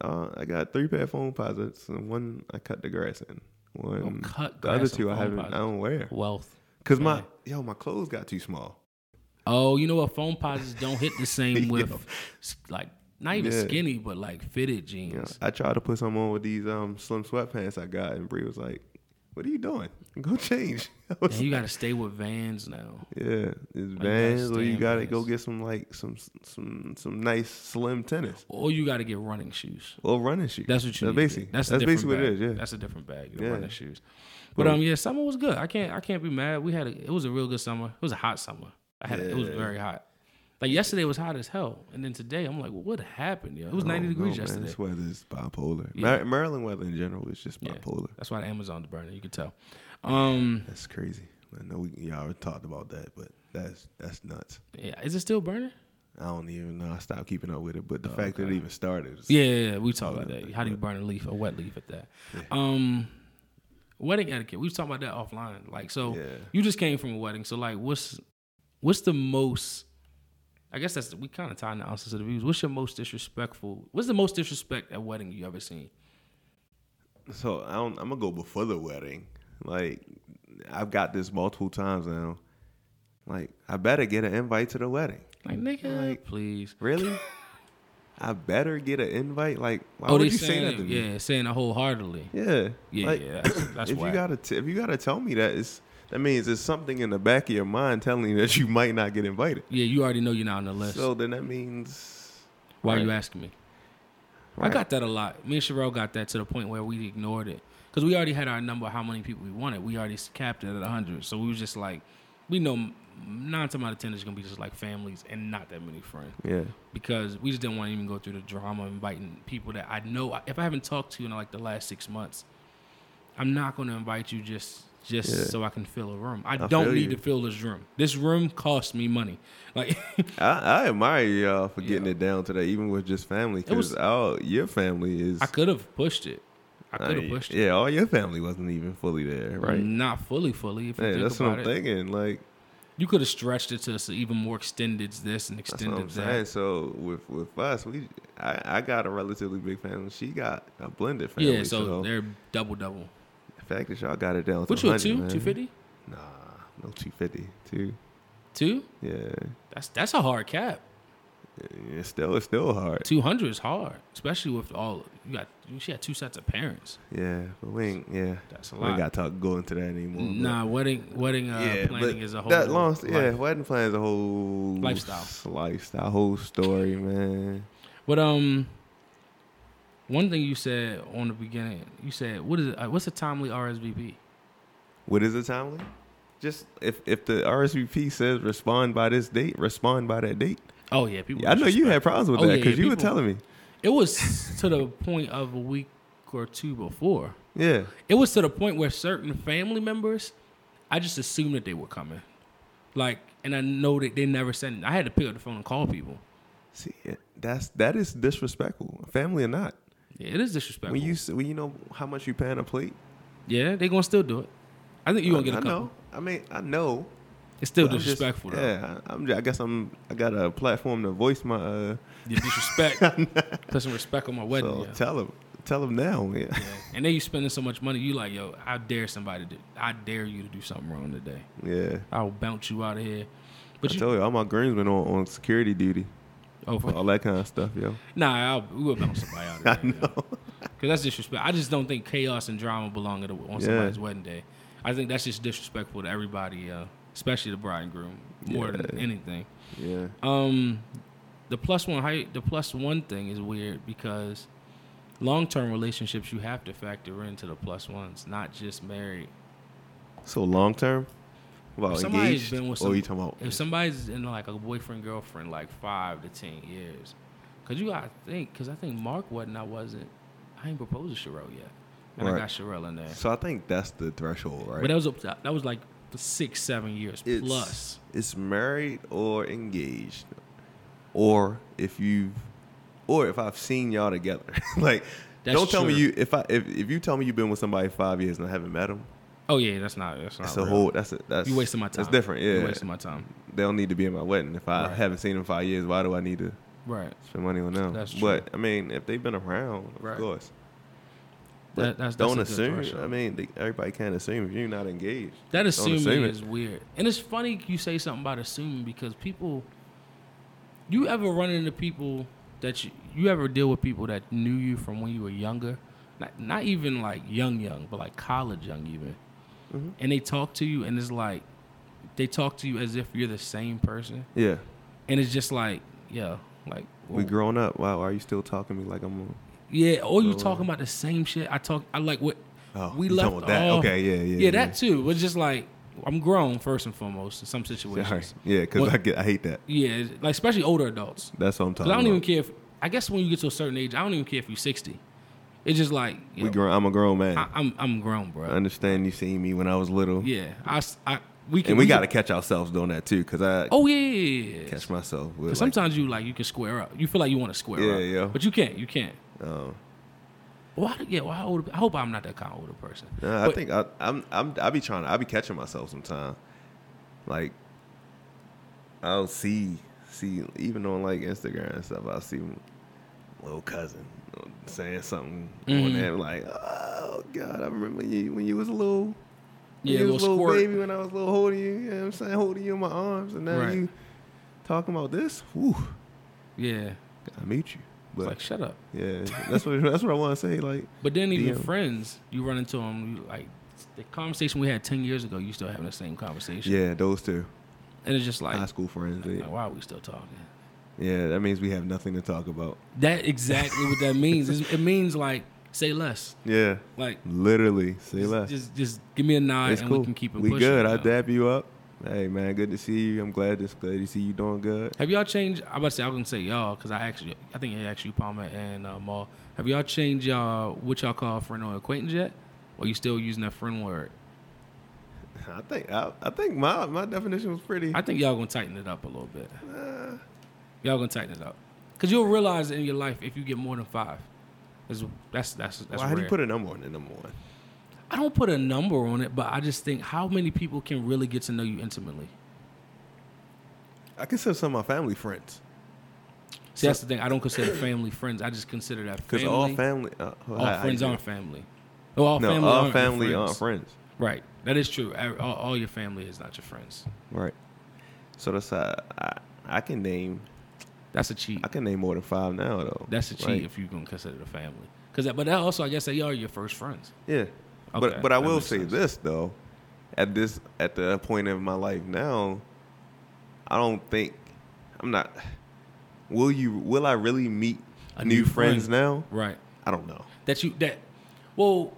Speaker 3: Uh, I got three pair of phone posits, and one I cut the grass in. One,
Speaker 2: Oh, cut
Speaker 3: the other
Speaker 2: grass on
Speaker 3: two I
Speaker 2: phone
Speaker 3: haven't.
Speaker 2: posits. Oh,
Speaker 3: I don't wear
Speaker 2: Wealth.
Speaker 3: because my yo my clothes got too small.
Speaker 2: Oh, you know what? Phone posits don't hit the same with
Speaker 3: Yo.
Speaker 2: s- like not even
Speaker 3: Yeah.
Speaker 2: skinny, but like fitted
Speaker 3: Yeah,
Speaker 2: jeans.
Speaker 3: I tried to put some on with these um slim sweatpants I got, and Bree was like, What are you doing? Go change. I
Speaker 2: Man,
Speaker 3: was-
Speaker 2: you gotta stay with Vans now.
Speaker 3: yeah, it's
Speaker 2: gotta
Speaker 3: Vans or
Speaker 2: stay
Speaker 3: you
Speaker 2: in
Speaker 3: gotta go
Speaker 2: Vans.
Speaker 3: get some like some some some nice slim tennis
Speaker 2: Or you gotta get running shoes.
Speaker 3: or running shoes.
Speaker 2: That's what you need. to
Speaker 3: That's basically-
Speaker 2: do. That's, a
Speaker 3: that's
Speaker 2: different
Speaker 3: basically what it
Speaker 2: bag.
Speaker 3: is, yeah.
Speaker 2: That's a different bag. The
Speaker 3: Yeah.
Speaker 2: running shoes. But
Speaker 3: Well-
Speaker 2: um, yeah, summer was good. I can't I can't be mad. We had a, it was a real good summer. It was a hot summer. I had a- it was
Speaker 3: Yeah.
Speaker 2: very hot. Like yesterday was hot as hell, and then today I'm like, well, what happened? Yo? It was 90
Speaker 3: I don't know,
Speaker 2: degrees
Speaker 3: man.
Speaker 2: yesterday.
Speaker 3: This weather is bipolar.
Speaker 2: Yeah.
Speaker 3: Mar- Maryland weather in general is just
Speaker 2: Yeah.
Speaker 3: bipolar.
Speaker 2: That's why the Amazon's burning. You can tell. Um,
Speaker 3: That's crazy. I know we y'all talked about that, but that's that's nuts.
Speaker 2: yeah, is it still burning?
Speaker 3: I don't even know. I stopped keeping up with it, but the
Speaker 2: Oh,
Speaker 3: fact that it even started. Is,
Speaker 2: Yeah, yeah, yeah, we talked about that. How do you burn a leaf, a wet leaf at that? Um, wedding etiquette. We was talking about that offline. Like, so
Speaker 3: Yeah.
Speaker 2: you just came from a wedding. So, like, what's what's the most? I guess that's we kind of tying the answers to the views. What's your most disrespectful? What's the most disrespect at wedding you ever seen?
Speaker 3: So I don't, I'm gonna go before the wedding. Like I've got this multiple times now. Like I better get an invite to the wedding.
Speaker 2: Like, nigga,
Speaker 3: Mm, Like-
Speaker 2: please.
Speaker 3: Really? I better get an invite. Like why
Speaker 2: oh,
Speaker 3: would
Speaker 2: they
Speaker 3: you say
Speaker 2: saying
Speaker 3: that
Speaker 2: it-
Speaker 3: to me?
Speaker 2: yeah, saying it wholeheartedly.
Speaker 3: Yeah.
Speaker 2: Yeah,
Speaker 3: Like,
Speaker 2: yeah, that's, that's
Speaker 3: if
Speaker 2: whack.
Speaker 3: you gotta t- if you gotta tell me that it's that means there's something in the back of your mind telling you that you might not get invited.
Speaker 2: yeah, you already know you're not on the list.
Speaker 3: So then that means
Speaker 2: Why are you
Speaker 3: Right.
Speaker 2: asking me? I
Speaker 3: Right.
Speaker 2: got that a lot. Me and Sherelle got that to the point where we ignored it because we already had our number of how many people we wanted. We already capped it at 100. So we was just like, we know m- nine times out of 10 is going to be just like families and not that many friends
Speaker 3: yeah.
Speaker 2: because we just didn't want to even go through the drama of inviting people that I know. If I haven't talked to you in like the last six months, I'm not going to invite you just just
Speaker 3: Yeah.
Speaker 2: so I can fill a room. I,
Speaker 3: I
Speaker 2: don't
Speaker 3: feel
Speaker 2: need
Speaker 3: you.
Speaker 2: to fill this room. This room costs me money. Like
Speaker 3: I, I admire y'all for getting
Speaker 2: Yeah.
Speaker 3: it down today, even with just family,
Speaker 2: It was-
Speaker 3: because all your family is.
Speaker 2: I could have pushed it. I could have
Speaker 3: I-
Speaker 2: pushed it.
Speaker 3: Yeah, all your family wasn't even fully there, right?
Speaker 2: Not fully, fully. If you
Speaker 3: Hey,
Speaker 2: think
Speaker 3: that's what
Speaker 2: about
Speaker 3: I'm
Speaker 2: it,
Speaker 3: thinking. Like
Speaker 2: you could have stretched it to s- even more extended this and
Speaker 3: that's what
Speaker 2: extended
Speaker 3: I'm
Speaker 2: that.
Speaker 3: saying. So with with us, we I, I got a relatively big family. She got a blended family.
Speaker 2: Yeah, so,
Speaker 3: so,
Speaker 2: they're double double.
Speaker 3: the fact that y'all got it down
Speaker 2: What
Speaker 3: to
Speaker 2: you at
Speaker 3: 100,
Speaker 2: two?
Speaker 3: man.
Speaker 2: Two fifty?
Speaker 3: Nah, no two fifty. Two.
Speaker 2: Two?
Speaker 3: Yeah,
Speaker 2: That's that's a hard cap.
Speaker 3: it's still it's still hard.
Speaker 2: Two hundred is hard, especially with all you got. you- She had two sets of parents.
Speaker 3: Yeah, but we ain't. Yeah,
Speaker 2: That's a
Speaker 3: we ain't
Speaker 2: lot.
Speaker 3: got to talk go into that anymore. but-
Speaker 2: Nah, wedding wedding uh, planning
Speaker 3: but
Speaker 2: is a whole
Speaker 3: That long, yeah,
Speaker 2: life.
Speaker 3: wedding planning is a whole
Speaker 2: Lifestyle.
Speaker 3: s- lifestyle, whole story, man.
Speaker 2: But um, one thing you said on the beginning, you said what is it, uh, what's a timely RSVP?
Speaker 3: What is the timely? Just if if the RSVP says respond by this date, respond by that date.
Speaker 2: Oh yeah, people.
Speaker 3: Yeah, I know you
Speaker 2: disrespect.
Speaker 3: had problems with
Speaker 2: Oh,
Speaker 3: that
Speaker 2: yeah,
Speaker 3: because
Speaker 2: yeah,
Speaker 3: you were
Speaker 2: people-
Speaker 3: telling me.
Speaker 2: It was to the point of a week or two before.
Speaker 3: Yeah,
Speaker 2: It was to the point where certain family members, I just assumed that they were coming. Like, and I know that they never sent. I had to pick up the phone and call people.
Speaker 3: see, yeah, that's that is disrespectful, family or not.
Speaker 2: Yeah, it is disrespectful.
Speaker 3: When you s- when you know how much you pay on a plate,
Speaker 2: yeah, they gonna still do it. I think you gonna get
Speaker 3: I
Speaker 2: a couple.
Speaker 3: know. I mean, I know.
Speaker 2: It's still
Speaker 3: but I'm just-
Speaker 2: disrespectful though.
Speaker 3: yeah, I, I'm. j- I guess I'm. I got a platform to voice my. uh
Speaker 2: You disrespect. Put some respect on my wedding.
Speaker 3: So
Speaker 2: yeah.
Speaker 3: tell him, tell him now, man.
Speaker 2: Yeah. And then you spending so much money, you like, yo, I dare somebody to. I dare you to do something wrong today.
Speaker 3: Yeah.
Speaker 2: I'll bounce you out of here. But
Speaker 3: I
Speaker 2: you,
Speaker 3: told you, all my groomsmen on, on security duty,
Speaker 2: oh, for-
Speaker 3: all that kind of stuff, yo.
Speaker 2: Nah, I'll, we'll bounce somebody out of there. I Because that's disrespect. I just don't think chaos and drama belong at a, on
Speaker 3: Yeah.
Speaker 2: somebody's wedding day. I think that's just disrespectful to everybody, uh, especially the bride and groom, more than
Speaker 3: Yeah.
Speaker 2: anything.
Speaker 3: Yeah.
Speaker 2: Um, the plus one height, the plus one thing is weird because long term relationships you have to factor into the plus ones, not just married.
Speaker 3: So long term, well,
Speaker 2: If
Speaker 3: engaged.
Speaker 2: been with
Speaker 3: oh,
Speaker 2: some-
Speaker 3: you talking about?
Speaker 2: If somebody's in like a boyfriend girlfriend like five to ten years, cause you gotta think, cause I think Mark wasn't, I wasn't, I ain't proposed to Sherelle yet, and I
Speaker 3: Right.
Speaker 2: got Sherelle in there.
Speaker 3: So I think that's the threshold, right?
Speaker 2: But that was up to, that was like for six seven years
Speaker 3: it's,
Speaker 2: plus.
Speaker 3: It's married or engaged, or if you've, or if I've seen y'all together. like,
Speaker 2: That's
Speaker 3: don't tell me
Speaker 2: true.
Speaker 3: you if I if, if you tell me you've been with somebody five years and I haven't met them.
Speaker 2: Oh yeah, that's not that's not
Speaker 3: That's
Speaker 2: real.
Speaker 3: a whole. That's a, that's
Speaker 2: you wasting my time.
Speaker 3: That's different. Yeah,
Speaker 2: you wasting my time.
Speaker 3: they don't need to be in my wedding. If I
Speaker 2: Right.
Speaker 3: haven't seen them five years, why do I need to?
Speaker 2: Right.
Speaker 3: spend money on them.
Speaker 2: That's
Speaker 3: But I mean, if they've been around, of
Speaker 2: Right.
Speaker 3: course. But
Speaker 2: That, that's, that's
Speaker 3: don't
Speaker 2: a good
Speaker 3: assume.
Speaker 2: threshold.
Speaker 3: I mean, they, everybody can't assume if you're not engaged.
Speaker 2: that
Speaker 3: Don't
Speaker 2: assuming
Speaker 3: assume it.
Speaker 2: is weird, and it's funny you say something about assuming because people. You ever run into people that you you ever deal with people that knew you from when you were younger, not, not even like young young, but like college young even,
Speaker 3: Mm-hmm.
Speaker 2: and they talk to you and it's like they talk to you as if you're the same person,
Speaker 3: Yeah.
Speaker 2: and it's just like yeah, like
Speaker 3: We
Speaker 2: well,
Speaker 3: grown up. Wow, are you still talking to me like I'm
Speaker 2: yeah, or you talking about the same shit. I talk, I like what
Speaker 3: Oh,
Speaker 2: we
Speaker 3: you
Speaker 2: left
Speaker 3: talking about that.
Speaker 2: off.
Speaker 3: Okay, yeah, yeah,
Speaker 2: yeah,
Speaker 3: yeah.
Speaker 2: that too. It's just like I'm grown first and foremost in some
Speaker 3: a
Speaker 2: situations.
Speaker 3: sorry. Yeah, because
Speaker 2: What-
Speaker 3: I get I hate that.
Speaker 2: Yeah, like especially older adults.
Speaker 3: That's what I'm
Speaker 2: Cause
Speaker 3: talking
Speaker 2: I don't
Speaker 3: about.
Speaker 2: even care if I guess when you get to a certain age, I don't even care if you're 60. It's just like yo,
Speaker 3: We grown, I'm a grown man.
Speaker 2: I,
Speaker 3: I,
Speaker 2: I'm I'm grown, bro.
Speaker 3: understand you seen me when I was little.
Speaker 2: Yeah, I, s- I- we can
Speaker 3: And we,
Speaker 2: can-
Speaker 3: gotta catch ourselves doing that too, cause I
Speaker 2: Oh yeah, yeah, yeah, yeah.
Speaker 3: catch myself with
Speaker 2: 'Cause
Speaker 3: like,
Speaker 2: sometimes you like you can square up. You feel like you want to square
Speaker 3: Yeah,
Speaker 2: up.
Speaker 3: yeah.
Speaker 2: But you can't. You can't.
Speaker 3: um,
Speaker 2: Why? do- Yeah. Why? Old, I hope I'm not that kind of older person.
Speaker 3: Nah,
Speaker 2: But-
Speaker 3: I think I, I'm I'm I be trying I be catching myself sometimes. Like I'll see see even on like Instagram and stuff. I'll see my little cousin saying something
Speaker 2: Mm-hmm.
Speaker 3: on there like, oh God, I remember you when you was a little. when
Speaker 2: Yeah,
Speaker 3: you
Speaker 2: a
Speaker 3: was
Speaker 2: little squirt.
Speaker 3: baby when I was a little holding you, you know what I'm saying, holding you in my arms, and now
Speaker 2: Right.
Speaker 3: you talking about this. Whew,
Speaker 2: Yeah.
Speaker 3: I mute you,
Speaker 2: It's
Speaker 3: but
Speaker 2: like shut up.
Speaker 3: yeah, that's what that's what I want to say. Like,
Speaker 2: But then even
Speaker 3: DM.
Speaker 2: friends, you run into them. You, like the conversation we had 10 years ago, you still having the same conversation.
Speaker 3: yeah, those two
Speaker 2: And it's just like,
Speaker 3: high school friends.
Speaker 2: like,
Speaker 3: yeah.
Speaker 2: why are we still talking?
Speaker 3: Yeah, that means we have nothing to talk about.
Speaker 2: That exactly what that means. It's- It means like say less.
Speaker 3: Yeah,
Speaker 2: Like
Speaker 3: literally. Say
Speaker 2: just,
Speaker 3: less.
Speaker 2: just just give me a nod
Speaker 3: it's
Speaker 2: and
Speaker 3: cool.
Speaker 2: we can keep it
Speaker 3: we
Speaker 2: pushing.
Speaker 3: good.
Speaker 2: you
Speaker 3: I
Speaker 2: know?
Speaker 3: dab you up. Hey man, good to see you. I'm glad this glad to see you doing good.
Speaker 2: Have y'all changed? I'm about to say I was gonna say y'all because I actually I think I asked you Palmer and uh, Maul. Have y'all changed y'all what y'all call friend or acquaintance yet? Or you still using that friend word?
Speaker 3: I think I, I think my my definition was pretty.
Speaker 2: I think y'all gonna tighten it up a little bit.
Speaker 3: Uh.
Speaker 2: Y'all gonna tighten it up because you'll realize in your life if you get more than five. That's that's that's, that's
Speaker 3: Why do you
Speaker 2: rare.
Speaker 3: put a number on the number one?
Speaker 2: I don't put a number on it, but I just think how many people can really get to know you intimately.
Speaker 3: I consider some of my family friends
Speaker 2: See, that's the thing. I don't consider family friends. I just consider that
Speaker 3: because
Speaker 2: family.
Speaker 3: all family uh, well,
Speaker 2: all
Speaker 3: I- I
Speaker 2: friends
Speaker 3: do.
Speaker 2: aren't family. Oh, all
Speaker 3: no
Speaker 2: family
Speaker 3: all
Speaker 2: aren't your
Speaker 3: family
Speaker 2: friends.
Speaker 3: aren't friends.
Speaker 2: Right. That is true. Ev- All, all your family is not your friends.
Speaker 3: Right. So that's uh, I I can name
Speaker 2: That's a cheat.
Speaker 3: I can name more than five now though.
Speaker 2: That's a cheat
Speaker 3: Like,
Speaker 2: if you're gonna consider the family. Cause that, but that also, I guess, they are your first friends.
Speaker 3: Yeah.
Speaker 2: Okay,
Speaker 3: but but I
Speaker 2: that
Speaker 3: will
Speaker 2: makes
Speaker 3: say
Speaker 2: sense.
Speaker 3: this though, at this at the point of my life now, I don't think I'm not. Will you? Will I really meet
Speaker 2: A
Speaker 3: new,
Speaker 2: new
Speaker 3: friends
Speaker 2: friend.
Speaker 3: now?
Speaker 2: Right.
Speaker 3: I don't know.
Speaker 2: That you that. Well,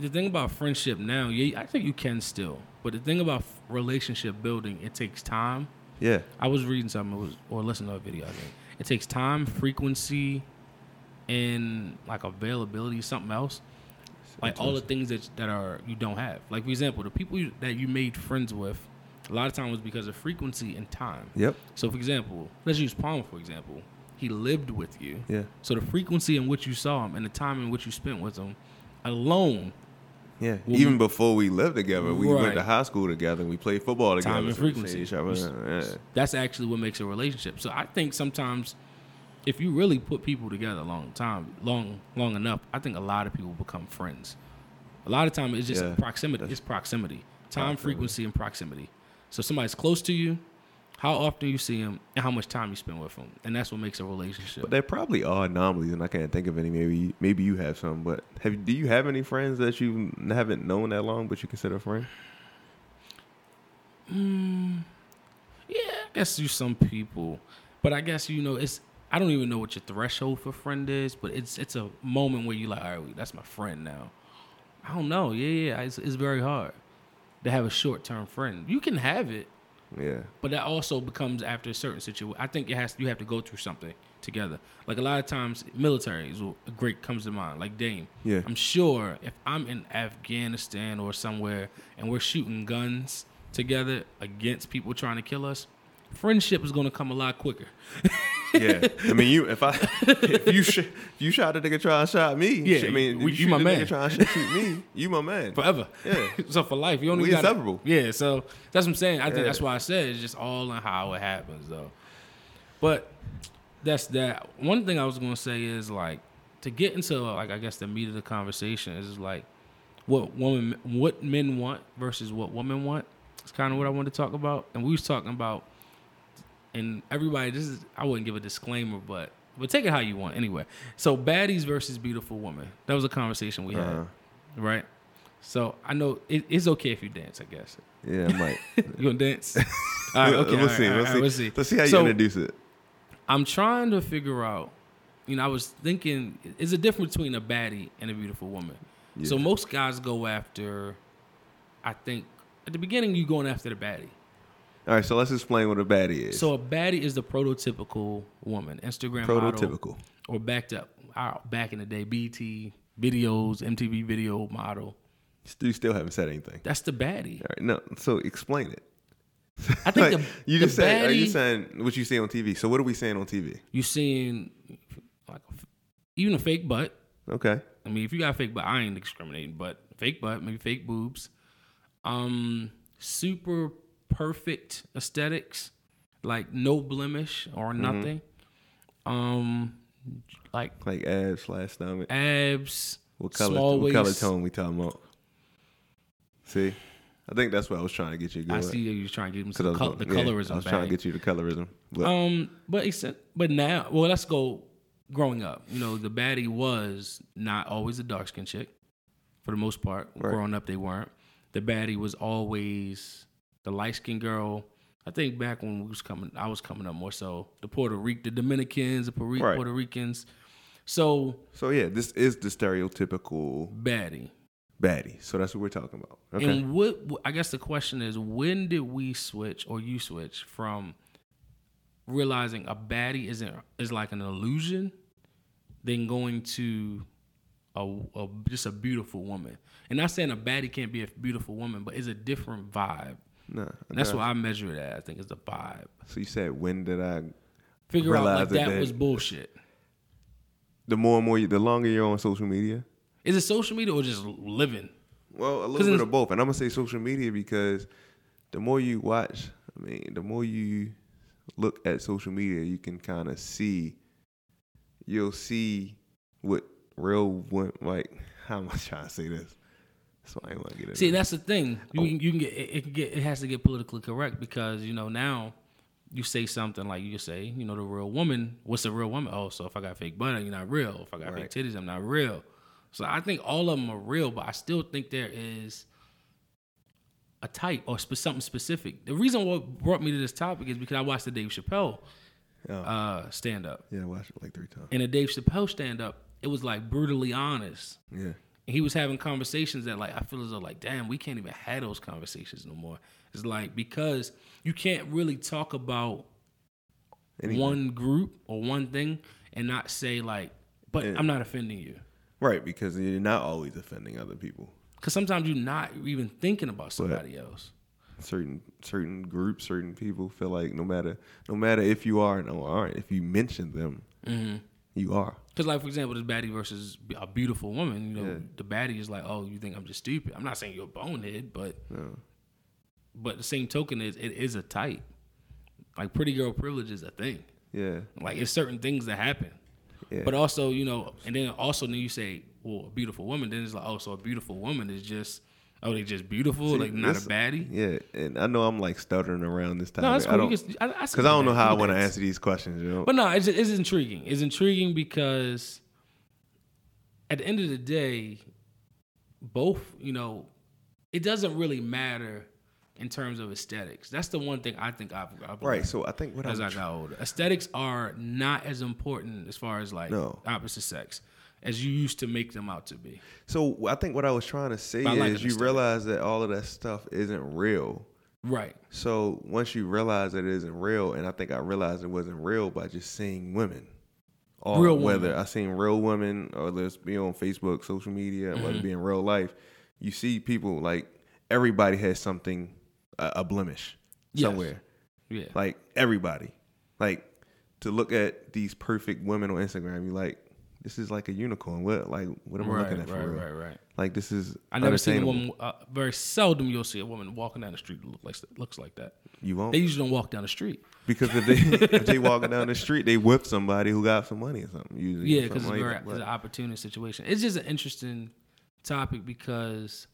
Speaker 2: the thing about friendship now, yeah, I think you can still. But the thing about f- relationship building, it takes time.
Speaker 3: Yeah,
Speaker 2: I was reading something it was, or listening to a video. I think it takes time, frequency, and like availability, something else. Like all the things that that are you don't have. Like for example, the people you, that you made friends with, a lot of times was because of frequency and time.
Speaker 3: Yep.
Speaker 2: So for example, let's use Palmer for example. He lived with you.
Speaker 3: Yeah.
Speaker 2: So the frequency in which you saw him and the time in which you spent with him, alone,
Speaker 3: yeah.
Speaker 2: Well,
Speaker 3: Even before we lived together, we
Speaker 2: Right.
Speaker 3: went to high school together. We played football together. uh,
Speaker 2: time and
Speaker 3: so we seen
Speaker 2: frequency.
Speaker 3: each other.
Speaker 2: You s-
Speaker 3: Yeah.
Speaker 2: That's actually what makes a relationship. So I think sometimes if you really put people together a long time, long long enough, I think a lot of people become friends. A lot of time it's just
Speaker 3: Yeah,
Speaker 2: proximity. It's proximity. Time, frequency, and proximity. So somebody's close to you, how often you see them, and how much time you spend with them, and that's what makes a relationship.
Speaker 3: But they probably are anomalies, and I can't think of any. Maybe maybe you have some, but have do you have any friends that you haven't known that long, but you consider a friend?
Speaker 2: Yeah, I guess you some people, but I guess you know it's. I don't even know what your threshold for friend is, but it's it's a moment where you like, all right, that's my friend now. I don't know. Yeah, yeah, it's, it's very hard to have a short term friend. You can have it,
Speaker 3: Yeah,
Speaker 2: but that also becomes after a certain situation. I think it has you have to go through something together. Like a lot of times, military is what a great comes to mind. Like Dame,
Speaker 3: Yeah.
Speaker 2: I'm sure if I'm in Afghanistan or somewhere and we're shooting guns together against people trying to kill us, friendship is going to come a lot quicker.
Speaker 3: Yeah, I mean, you if I if you sh- if you shot a nigga trying to shot me,
Speaker 2: Yeah,
Speaker 3: sh- I mean,
Speaker 2: we-
Speaker 3: if you,
Speaker 2: you
Speaker 3: shoot
Speaker 2: my
Speaker 3: a
Speaker 2: man.
Speaker 3: nigga trying to shoot me, you my man.
Speaker 2: forever.
Speaker 3: Yeah.
Speaker 2: so for life, you only
Speaker 3: We
Speaker 2: got
Speaker 3: inseparable.
Speaker 2: Yeah. So that's what I'm saying. I think
Speaker 3: Yeah.
Speaker 2: that's why I said it's just all in how it happens, though. But that's that. One thing I was gonna say is like to get into like I guess the meat of the conversation is like what woman, what men want versus what women want. It's kind of what I wanted to talk about, and we was talking about, and everybody. This is I wouldn't give a disclaimer, but But take it how you want, anyway. So baddies versus beautiful woman. That was a conversation we
Speaker 3: Uh-huh.
Speaker 2: had, right? So I know it, it's okay if you dance. I guess
Speaker 3: Yeah, I might.
Speaker 2: you gonna dance. All right, okay.
Speaker 3: we'll,
Speaker 2: all
Speaker 3: see,
Speaker 2: right, all
Speaker 3: we'll
Speaker 2: right,
Speaker 3: see.
Speaker 2: we'll see.
Speaker 3: Let's see how you
Speaker 2: So,
Speaker 3: introduce it.
Speaker 2: I'm trying to figure out. You know, I was thinking, is a difference between a baddie and a beautiful woman. So
Speaker 3: Yeah.
Speaker 2: most guys go after. I think at the beginning you going after the baddie.
Speaker 3: All right, so let's explain what a baddie is.
Speaker 2: So a baddie is the prototypical woman, Instagram model,
Speaker 3: prototypical.
Speaker 2: or backed up. Our, back in the day, BT videos, MTV video model.
Speaker 3: You still haven't said anything.
Speaker 2: That's the baddie.
Speaker 3: All right, no. So explain it.
Speaker 2: I think
Speaker 3: Like,
Speaker 2: the,
Speaker 3: you
Speaker 2: the
Speaker 3: just
Speaker 2: baddie.
Speaker 3: said, are you saying what you see on TV? So what are we saying on TV?
Speaker 2: you seeing like a f- even a fake butt.
Speaker 3: Okay.
Speaker 2: I mean, if you got a fake butt, I ain't discriminating, but fake butt, maybe fake boobs. Um, super perfect aesthetics, like no blemish or
Speaker 3: Mm-hmm.
Speaker 2: nothing. Um, like
Speaker 3: Like abs, slash stomach.
Speaker 2: abs,
Speaker 3: What color?
Speaker 2: small
Speaker 3: what
Speaker 2: waist.
Speaker 3: color tone we talking about? See, I think that's what I was trying to get you. To go
Speaker 2: I
Speaker 3: at.
Speaker 2: see you're trying to give them
Speaker 3: 'Cause I
Speaker 2: some
Speaker 3: was
Speaker 2: col-
Speaker 3: going-
Speaker 2: the
Speaker 3: yeah,
Speaker 2: colorism.
Speaker 3: I was trying to
Speaker 2: back.
Speaker 3: get you the colorism. But
Speaker 2: Um, but except, but now, well, let's go. Growing up, you know, the baddie was not always a dark skinned chick, for the most part.
Speaker 3: Right.
Speaker 2: Growing up, they weren't. The baddie was always the light skinned girl. I think back when we was coming, I was coming up more so the Puerto Rican, the Dominicans, the Puerto,
Speaker 3: Right.
Speaker 2: Puerto Ricans. So
Speaker 3: so yeah, this is the stereotypical
Speaker 2: baddie.
Speaker 3: baddie. So that's what we're talking about. Okay.
Speaker 2: And what I guess the question is, when did we switch or you switch from realizing a baddie isn't is like an illusion, then going to a, a just a beautiful woman? And not saying a baddie can't be a beautiful woman, but it's a different vibe.
Speaker 3: nah. okay.
Speaker 2: And That's what I measure it at. I think it's the vibe.
Speaker 3: So you said when did I?
Speaker 2: Figure out like
Speaker 3: Realize that
Speaker 2: that
Speaker 3: that-
Speaker 2: was bullshit.
Speaker 3: The more and more, you, the longer you're on social media.
Speaker 2: Is it social media or just living?
Speaker 3: Well, a
Speaker 2: 'Cause
Speaker 3: little bit
Speaker 2: it's-
Speaker 3: of both, and I'm gonna say social media because the more you watch, I mean, the more you look at social media, you can kind of see. You'll see what real one like. How am I trying to say this? So I ain't want to get it.
Speaker 2: See, that's the thing. You can, you can get it, it can get it has to get politically correct because you know now you say something like you say you know the real woman. What's a real woman? Oh, so if I got fake butt, you're not real. If I got
Speaker 3: Right.
Speaker 2: fake titties, I'm not real. So I think all of them are real, but I still think there is a type or spe- something specific. The reason what brought me to this topic is because I watched the Dave Chappelle uh, stand up,
Speaker 3: yeah, I watched it like three times.
Speaker 2: and the Dave Chappelle stand up, it was like brutally honest
Speaker 3: Yeah,
Speaker 2: he was having conversations that like I feel as though like damn we can't even have those conversations no more. It's like because you can't really talk about
Speaker 3: Anything.
Speaker 2: one group or one thing and not say like, but I'm not offending you
Speaker 3: right. Because you're not always offending other people.
Speaker 2: because sometimes you're not even thinking about somebody else.
Speaker 3: Certain certain groups, certain people feel like no matter no matter if you are or no aren't, if you mention them,
Speaker 2: Mm-hmm.
Speaker 3: you are.
Speaker 2: Because like for example, this baddie versus b- a beautiful woman, you know,
Speaker 3: Yeah.
Speaker 2: the baddie is like, oh, you think I'm just stupid? I'm not saying you're a bonehead, but but the same token is it is a type. Like pretty girl privilege is a thing.
Speaker 3: Yeah,
Speaker 2: Like it's certain things that happen.
Speaker 3: Yeah.
Speaker 2: But also, you know, and then also then you say, well, a beautiful woman, then it's like, oh, so a beautiful woman is just oh, they just beautiful,
Speaker 3: See,
Speaker 2: like not
Speaker 3: this-
Speaker 2: a baddie.
Speaker 3: yeah. And I know I'm like stuttering around this time.
Speaker 2: No, that's
Speaker 3: I
Speaker 2: cool.
Speaker 3: don't
Speaker 2: Because I, I,
Speaker 3: because I don't know how I want to
Speaker 2: to
Speaker 3: answer these questions. You know,
Speaker 2: But no, it's, it's intriguing. It's intriguing because at the end of the day, both, you know, it doesn't really matter in terms of aesthetics. That's the one thing I think I've, I've
Speaker 3: right. So I think what
Speaker 2: as I
Speaker 3: I'm
Speaker 2: got older. Aesthetics are not as important as far as like
Speaker 3: No.
Speaker 2: opposite sex as you used to make them out to be.
Speaker 3: so I think what I was trying to say
Speaker 2: But I like
Speaker 3: is you
Speaker 2: understanding.
Speaker 3: realize that all of that stuff isn't real.
Speaker 2: Right.
Speaker 3: So once you realize that it isn't real, and I think I realized it wasn't real by just seeing women. Or
Speaker 2: Real
Speaker 3: whether
Speaker 2: women.
Speaker 3: I seen real women or let's be on Facebook, social media, or
Speaker 2: Mm-hmm.
Speaker 3: whether it be in real life, you see people like everybody has something a, a blemish
Speaker 2: Yes.
Speaker 3: somewhere.
Speaker 2: Yeah.
Speaker 3: Like everybody. Like to look at these perfect women on Instagram, you like, this is like a unicorn. What like what am I
Speaker 2: right,
Speaker 3: looking at for
Speaker 2: right,
Speaker 3: real?
Speaker 2: right, right.
Speaker 3: Like this is
Speaker 2: I never seen a
Speaker 3: unattainable.
Speaker 2: woman. Uh, very seldom you'll see a woman walking down the street that look like looks like that.
Speaker 3: You won't
Speaker 2: They usually don't walk down the street.
Speaker 3: Because if they if they walking down the street, they whip somebody who got some money or something. Usually,
Speaker 2: Yeah,
Speaker 3: or
Speaker 2: because it's,
Speaker 3: something
Speaker 2: very
Speaker 3: like that.
Speaker 2: it's an opportunity situation. It's just an interesting topic because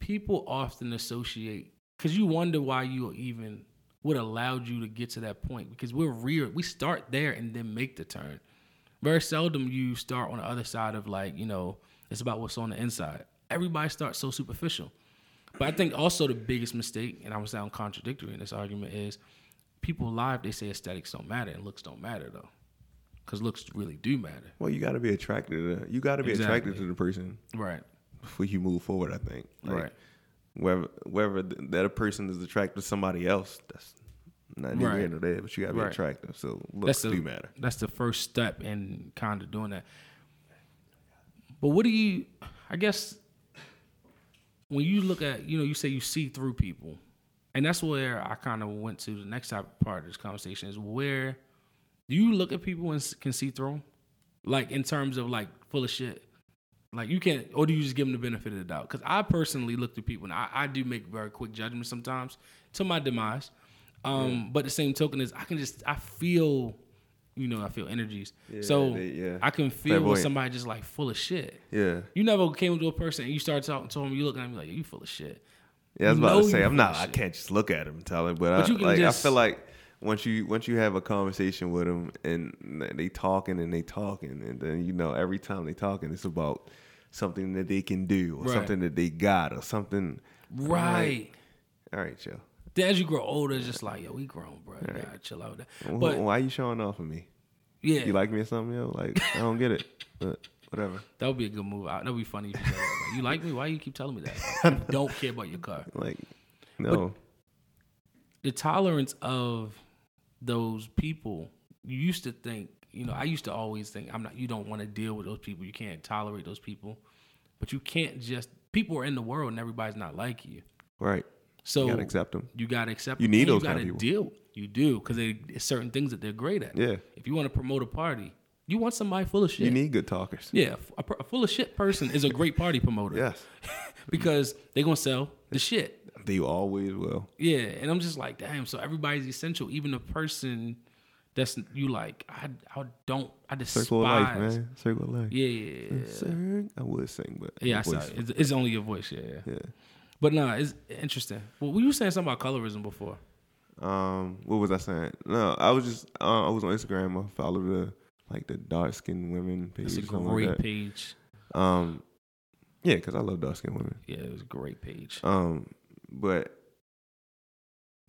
Speaker 2: people often associate. Because you wonder why you even what allowed you to get to that point. Because we're real. We start there and then make the turn. Very seldom you start on the other side of like, you know, it's about what's on the inside. Everybody starts so superficial. But I think also the biggest mistake, and I would sound contradictory in this argument, is people live, they say aesthetics don't matter and looks don't matter though. Because looks really do matter.
Speaker 3: Well, you got to be attracted to that. You got to be attracted
Speaker 2: Exactly.
Speaker 3: to the person
Speaker 2: Right.
Speaker 3: before you move forward. I think. Like,
Speaker 2: Right.
Speaker 3: Whether whether th- that a person is attracted to somebody else, that's not neither
Speaker 2: Right.
Speaker 3: here nor there. But you got to be
Speaker 2: Right.
Speaker 3: attractive. So
Speaker 2: That's
Speaker 3: looks
Speaker 2: the
Speaker 3: do matter.
Speaker 2: That's the first step in kind of doing that. But what do you? I guess when you look at you know you say you see through people, and that's where I kind of went to the next top- part of this conversation is where do you look at people and s- can see through them, like in terms of like full of shit. Like you can't, or do you just give them the benefit of the doubt? Because I personally look through people, and I, I do make very quick judgments sometimes, to my demise. Um, But the same token is, I can just, I feel, you know, I feel energies. so
Speaker 3: they- yeah.
Speaker 2: I can feel when
Speaker 3: Clairvoyant.
Speaker 2: somebody just like full of shit.
Speaker 3: Yeah.
Speaker 2: You never came to a person and you started talking to them, you look at them like, you full of shit.
Speaker 3: Yeah, I was
Speaker 2: You
Speaker 3: about
Speaker 2: know
Speaker 3: to say
Speaker 2: you
Speaker 3: I'm not.
Speaker 2: full
Speaker 3: I
Speaker 2: of
Speaker 3: can't just look at him and tell him. But,
Speaker 2: But
Speaker 3: I,
Speaker 2: you can
Speaker 3: like,
Speaker 2: just-
Speaker 3: I feel like once you once you have a conversation with them and they talking and they talking and then you know every time they talking it's about something that they can do or
Speaker 2: Right.
Speaker 3: something that they got or something.
Speaker 2: Right.
Speaker 3: All right, yo.
Speaker 2: Then as you grow older, it's just like, yo, we grown, bro. You gotta chill out. with that.
Speaker 3: Wh-
Speaker 2: But Eh.
Speaker 3: why you showing off on me?
Speaker 2: yeah,
Speaker 3: You like me or something, yo? Like I don't get it. But whatever.
Speaker 2: that would be a good move. I- That would be funny. If you, said that. Like, you like me? Why you keep telling me that? You don't care about your car.
Speaker 3: Like no.
Speaker 2: the tolerance of those people you used to think you know i used to always think i'm not you don't want to deal with those people you can't tolerate those people but you can't just people are in the world and everybody's not like you
Speaker 3: right.
Speaker 2: so
Speaker 3: you gotta accept them.
Speaker 2: you gotta accept
Speaker 3: You
Speaker 2: them,
Speaker 3: need
Speaker 2: and
Speaker 3: those
Speaker 2: you
Speaker 3: kind
Speaker 2: gotta
Speaker 3: of people.
Speaker 2: deal you do because it's certain things that they're great at
Speaker 3: Yeah.
Speaker 2: if you want to promote a party you want somebody full of shit
Speaker 3: You need good talkers.
Speaker 2: yeah a, a full of shit person is a great party promoter
Speaker 3: Yes.
Speaker 2: because they're gonna sell the shit
Speaker 3: They always will.
Speaker 2: yeah, and I'm just like, damn. So everybody's essential, even the person that's you like. I I don't. I despise.
Speaker 3: Circle of life, man. Circle of life.
Speaker 2: Yeah, yeah, yeah.
Speaker 3: Sing. I would sing, but
Speaker 2: yeah
Speaker 3: my
Speaker 2: I saw
Speaker 3: voice-
Speaker 2: it. It's, it's only your voice, yeah, yeah.
Speaker 3: Yeah.
Speaker 2: But nah, it's interesting. Well, were you saying something about colorism before?
Speaker 3: Um, what was I saying? No, I was just uh, I was on Instagram. I follow the like the dark skinned women page.
Speaker 2: It's a
Speaker 3: or something like
Speaker 2: great
Speaker 3: that.
Speaker 2: page.
Speaker 3: Um, yeah, because I love dark skinned women.
Speaker 2: Yeah, it was a great page.
Speaker 3: Um, but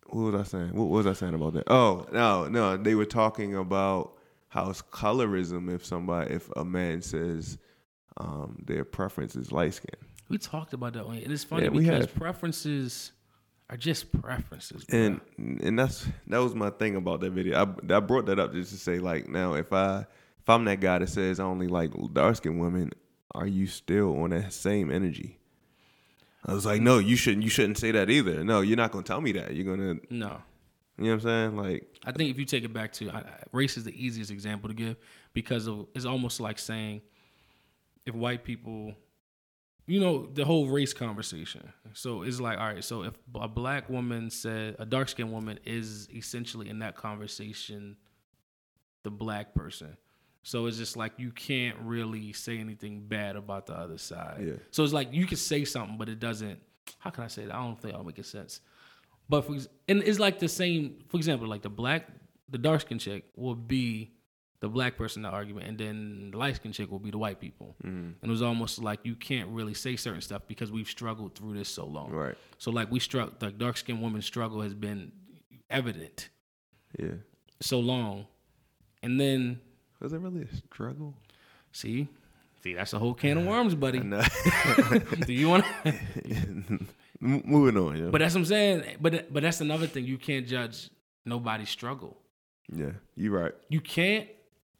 Speaker 3: what was I saying? What was I saying about that? Oh no, no, they were talking about how it's colorism if somebody if a man says um their preference is light skin.
Speaker 2: We talked about that one, and it's funny
Speaker 3: Yeah, we
Speaker 2: because
Speaker 3: have.
Speaker 2: preferences are just preferences. bro.
Speaker 3: and and that's that was my thing about that video. I, I brought that up just to say like now if I if I'm that guy that says I only like dark skinned women, are you still on that same energy? I was like, no, you shouldn't. You shouldn't say that either. No, you're not gonna tell me that. You're gonna, you
Speaker 2: no,
Speaker 3: know what I'm saying? Like,
Speaker 2: I think if you take it back to I- I- race is the easiest example to give because of, it's almost like saying if white people, you know, the whole race conversation. So it's like, all right, so if a black woman said a dark skinned woman is essentially in that conversation the black person. So it's just like you can't really say anything bad about the other side.
Speaker 3: Yeah.
Speaker 2: So it's like you can say something, but it doesn't. How can I say that? I don't think I'll make it sense. But for ex- and it's like the same. For example, like the black, the dark skin chick will be the black person in the argument, and then the light skin chick will be the white people. And it was almost like you can't really say certain stuff because we've struggled through this so long.
Speaker 3: right?
Speaker 2: So like we struck, like dark skinned women's struggle has been evident
Speaker 3: Yeah.
Speaker 2: so long, and then
Speaker 3: Was it really a struggle?
Speaker 2: see, see that's a whole can of worms, buddy.
Speaker 3: No.
Speaker 2: Do you want? to
Speaker 3: M- Moving on, yeah.
Speaker 2: But that's what I'm saying. But but that's another thing. You can't judge nobody's struggle.
Speaker 3: yeah, you right.
Speaker 2: You can't,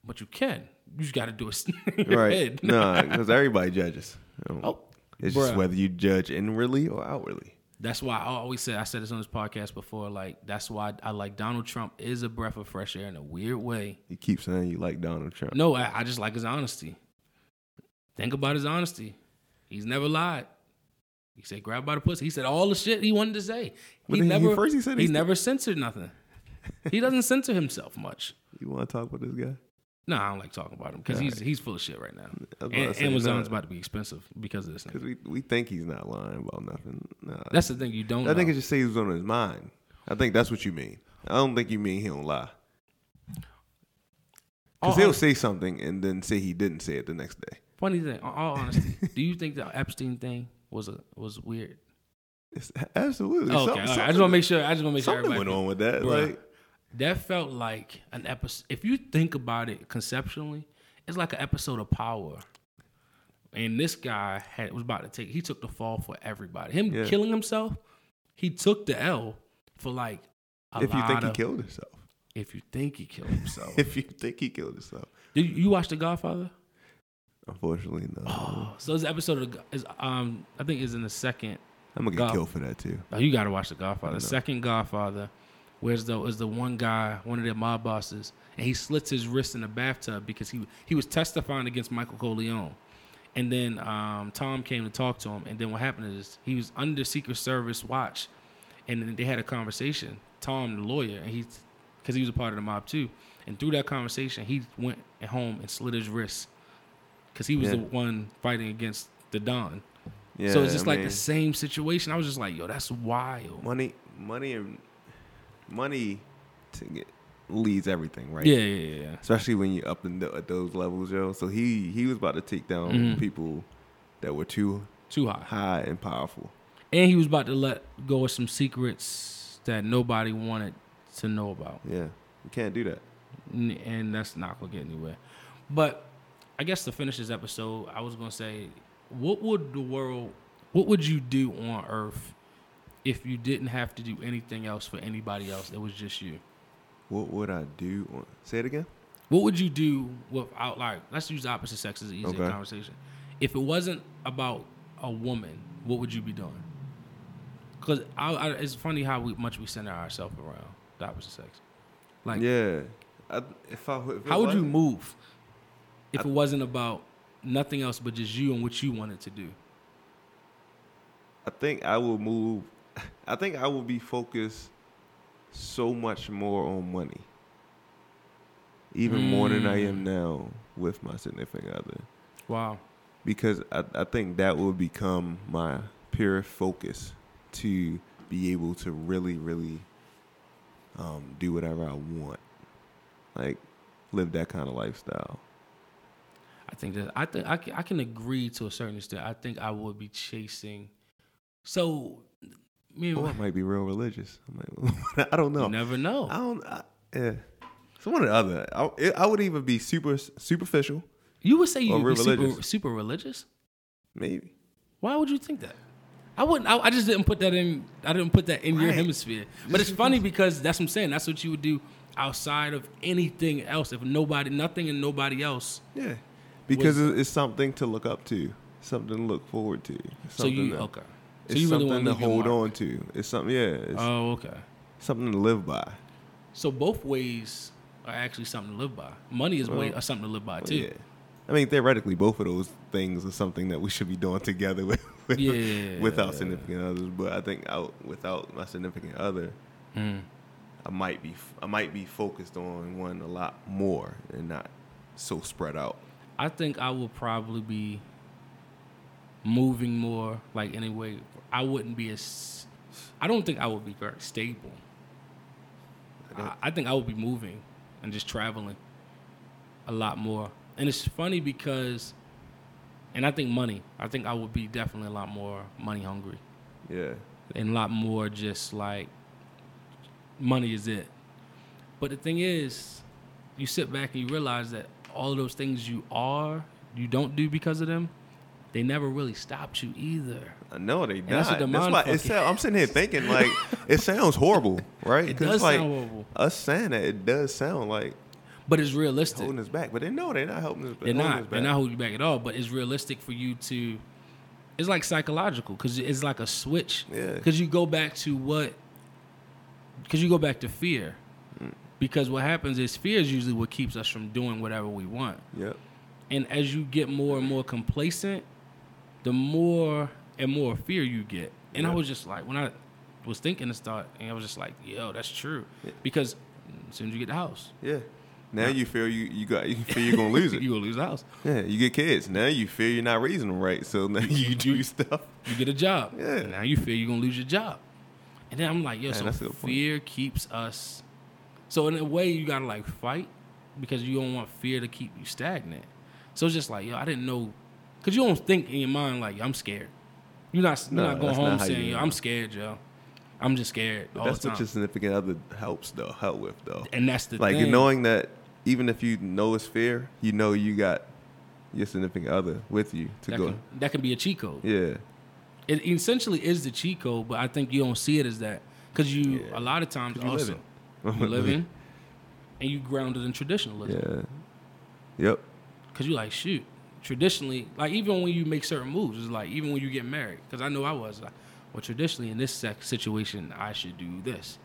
Speaker 2: but you can. You just got to do it. in your
Speaker 3: Right.
Speaker 2: head.
Speaker 3: no, because everybody judges. Um,
Speaker 2: Oh,
Speaker 3: it's
Speaker 2: bruh.
Speaker 3: just whether you judge inwardly or outwardly.
Speaker 2: That's why I always said I said this on this podcast before. Like that's why I like Donald Trump is a breath of fresh air in a weird way.
Speaker 3: You keep saying you like Donald Trump.
Speaker 2: No, I, I just like his honesty. Think about his honesty. He's never lied. He said grab by the pussy. He said all the shit he wanted to say.
Speaker 3: But
Speaker 2: He
Speaker 3: then he-
Speaker 2: never
Speaker 3: first he said
Speaker 2: he
Speaker 3: he's-
Speaker 2: never censored nothing. he doesn't censor himself much.
Speaker 3: You want to talk about this guy?
Speaker 2: No, I don't like talking about him because he's he's full of shit right now.
Speaker 3: I was about to
Speaker 2: And
Speaker 3: say,
Speaker 2: Amazon's
Speaker 3: nah.
Speaker 2: about to be expensive because of this. Nigga.
Speaker 3: Because we, we think he's not lying about nothing. Nah.
Speaker 2: That's the thing you don't.
Speaker 3: I think
Speaker 2: know.
Speaker 3: it just says what's on his mind. I think that's what you mean. I don't think you mean he don't lie.
Speaker 2: All
Speaker 3: Because he'll
Speaker 2: hon-
Speaker 3: say something and then say he didn't say it the next day.
Speaker 2: funny thing. All all honesty, do you think the Epstein thing was a was weird?
Speaker 3: It's absolutely.
Speaker 2: okay, all
Speaker 3: something-
Speaker 2: right. I just want to make sure. I just want to make sure
Speaker 3: something
Speaker 2: everybody
Speaker 3: went on with that.
Speaker 2: Bruh,
Speaker 3: Like
Speaker 2: that felt like an episode. If you think about it conceptually, it's like an episode of Power. And this guy had was about to take. He took the fall for everybody. Him
Speaker 3: Yeah.
Speaker 2: killing himself, he took the L for like. A
Speaker 3: if you think
Speaker 2: lot
Speaker 3: he
Speaker 2: of-
Speaker 3: killed himself,
Speaker 2: if you think he killed himself,
Speaker 3: if you think he killed himself,
Speaker 2: did you, you watch The Godfather?
Speaker 3: unfortunately, no.
Speaker 2: Oh, so this episode of, is um I think is in the second
Speaker 3: I'm gonna get
Speaker 2: God.
Speaker 3: killed for that too.
Speaker 2: Oh, you gotta watch The Godfather.
Speaker 3: I
Speaker 2: The
Speaker 3: know.
Speaker 2: second Godfather, where's the is the one guy, one of their mob bosses, and he slits his wrist in the bathtub because he he was testifying against Michael Corleone. And then um, Tom came to talk to him, and then what happened is he was under Secret Service watch, and then they had a conversation. Tom, the lawyer, and he, because he was a part of the mob too, and through that conversation, he went home and slit his wrist, because he was
Speaker 3: Yeah.
Speaker 2: the one fighting against the Don.
Speaker 3: Yeah,
Speaker 2: so it's just
Speaker 3: I
Speaker 2: like
Speaker 3: mean,
Speaker 2: the same situation. I was just like, yo, that's wild.
Speaker 3: money, money, and money to get, leads everything, right?
Speaker 2: Yeah, yeah, yeah, yeah.
Speaker 3: especially when you up in the, at those levels, yo. So he he was about to take down
Speaker 2: Mhm.
Speaker 3: people that were too
Speaker 2: Too high.
Speaker 3: high and powerful.
Speaker 2: And he was about to let go of some secrets that nobody wanted to know about.
Speaker 3: Yeah, you can't do that.
Speaker 2: N- And that's not going to get anywhere. But I guess to finish this episode, I was going to say, what would the world, what would you do on Earth if you didn't have to do anything else for anybody else? It was just you.
Speaker 3: What would I do? On, say it again.
Speaker 2: What would you do without like let's use opposite sex as an easier
Speaker 3: Okay.
Speaker 2: conversation. If it wasn't about a woman, what would you be doing? Because I, I, it's funny how we, much we center ourselves around the opposite sex. Like,
Speaker 3: yeah. I, if I, if it
Speaker 2: how would you
Speaker 3: wasn't-
Speaker 2: move if it wasn't about nothing else but just you and what you wanted to do?
Speaker 3: I think I will move. I think I will be focused so much more on money, even more than I
Speaker 2: Mm.
Speaker 3: am now with my significant other,
Speaker 2: Wow.
Speaker 3: because I, I think that will become my pure focus to be able to really, really um, do whatever I want, like live that kind of lifestyle.
Speaker 2: I think that I think I can, I can agree to a certain extent. I think I would be chasing. So, me and
Speaker 3: Or Oh, I might be real religious. I'm like, I don't know.
Speaker 2: you never know.
Speaker 3: I don't. I, yeah. It's one or the other. I, it- I would even be super superficial,
Speaker 2: You would say
Speaker 3: Or
Speaker 2: you're
Speaker 3: we're
Speaker 2: super,
Speaker 3: religious.
Speaker 2: super religious.
Speaker 3: maybe.
Speaker 2: Why would you think that? I wouldn't. I, I just didn't put that in. I didn't put that in your
Speaker 3: Right.
Speaker 2: hemisphere. But it's funny because that's what I'm saying. That's what you would do outside of anything else. If nobody, nothing, and nobody else.
Speaker 3: Yeah, because
Speaker 2: Was-
Speaker 3: it, it's something to look up to, something to look forward to. Something
Speaker 2: So you
Speaker 3: to,
Speaker 2: okay? So
Speaker 3: it's
Speaker 2: you really want
Speaker 3: something
Speaker 2: to
Speaker 3: to hold on to. It's something. Yeah, it's
Speaker 2: Oh, okay.
Speaker 3: something to live by.
Speaker 2: So both ways are actually something to live by. Money is way
Speaker 3: Well,
Speaker 2: or something to live by
Speaker 3: But
Speaker 2: too.
Speaker 3: yeah. I mean, theoretically, both of those things are something that we should be doing together with, with, with
Speaker 2: Yeah.
Speaker 3: our significant others. But I think out without my significant other,
Speaker 2: Mm.
Speaker 3: I might be f- I might be focused on one a lot more and not so spread out.
Speaker 2: I think I would probably be moving more. Like anyway, I wouldn't be as. I don't think I would be very stable. I, I think I would be moving and just traveling a lot more. And it's funny because, and I think money. I think I would be definitely a lot more money hungry
Speaker 3: Yeah.
Speaker 2: and a lot more just like money is it. But the thing is, you sit back and you realize that all of those things you are, you don't do because of them, they never really stopped you either.
Speaker 3: I know they
Speaker 2: that's
Speaker 3: not.
Speaker 2: what the
Speaker 3: That's,
Speaker 2: mind
Speaker 3: why it
Speaker 2: fucking-
Speaker 3: sound, I'm sitting here thinking like it sounds horrible, right?
Speaker 2: It
Speaker 3: 'Cause,
Speaker 2: does
Speaker 3: like,
Speaker 2: sound horrible.
Speaker 3: Us saying that it does sound like
Speaker 2: But it's realistic.
Speaker 3: holding us back, but they know they're not helping us.
Speaker 2: They're
Speaker 3: holding us
Speaker 2: not. They're
Speaker 3: back.
Speaker 2: not holding you back at all. But it's realistic for you to. It's like psychological because it's like a switch.
Speaker 3: Yeah.
Speaker 2: Because you go back to what. Because you go back to fear.
Speaker 3: Mm.
Speaker 2: Because what happens is fear is usually what keeps us from doing whatever we want.
Speaker 3: Yep.
Speaker 2: And as you get more and more complacent, the more and more fear you get. And I
Speaker 3: Yeah.
Speaker 2: was just like, when I was thinking this thought, and I was just like, yo, that's true. Because as soon as you get the house,
Speaker 3: Yeah. Now you feel you you got you feel you're gonna lose it.
Speaker 2: you will lose the house.
Speaker 3: yeah. You get kids. Now you feel you're not raising them right, so now you do stuff.
Speaker 2: You get a job.
Speaker 3: Yeah.
Speaker 2: Now you feel you're gonna lose your job. And then I'm like, yo,
Speaker 3: Man, that's a
Speaker 2: so
Speaker 3: good point.
Speaker 2: fear keeps us. So in a way, you gotta like fight because you don't want fear to keep you stagnant. So it's just like, yo, I didn't know, cause you don't think in your mind like, I'm scared. You're not, you're
Speaker 3: No,
Speaker 2: not going
Speaker 3: that's
Speaker 2: home
Speaker 3: not how
Speaker 2: saying,
Speaker 3: you-
Speaker 2: yo, I'm scared, yo. I'm just scared all
Speaker 3: That's
Speaker 2: the time.
Speaker 3: what your significant other helps though, help with though.
Speaker 2: and that's the
Speaker 3: like
Speaker 2: thing.
Speaker 3: knowing that even if you know it's fear, you know you got your significant other with you to
Speaker 2: that
Speaker 3: go.
Speaker 2: can, that can be a cheat code.
Speaker 3: Yeah,
Speaker 2: It essentially is the cheat code, but I think you don't see it as that because you
Speaker 3: Yeah.
Speaker 2: a lot of times
Speaker 3: 'Cause you
Speaker 2: also
Speaker 3: living.
Speaker 2: you living and you grounded in traditionalism.
Speaker 3: yeah, yep.
Speaker 2: Cause you like shoot. Traditionally, like even when you make certain moves, it's like even when you get married. Cause I know I was like, well, traditionally in this sex situation, I should do this,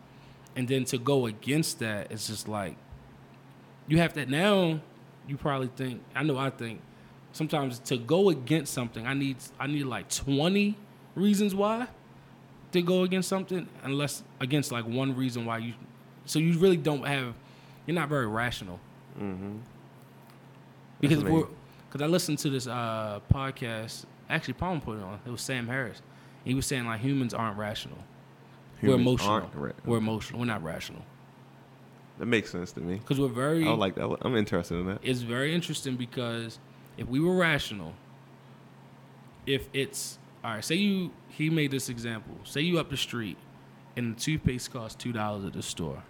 Speaker 2: and then to go against that, it's just like you have to now. You probably think I know. I think sometimes to go against something, I need I need like twenty reasons why to go against something, unless against like one reason why you. So you really don't have. You're not very rational because
Speaker 3: Mm-hmm. That's what I
Speaker 2: we're because I listened to this uh, podcast. Actually, Palm put it on. It was Sam Harris. He was saying like humans aren't rational. we're
Speaker 3: Humans
Speaker 2: emotional.
Speaker 3: aren't ra-
Speaker 2: We're emotional. We're not rational
Speaker 3: That makes sense to me.
Speaker 2: because we're
Speaker 3: I
Speaker 2: very.
Speaker 3: would Oh, like that. I'm interested in that.
Speaker 2: it's very interesting because if we were rational, if it's all right, say you he made this example. Say you up the street and the toothpaste costs two dollars at the store,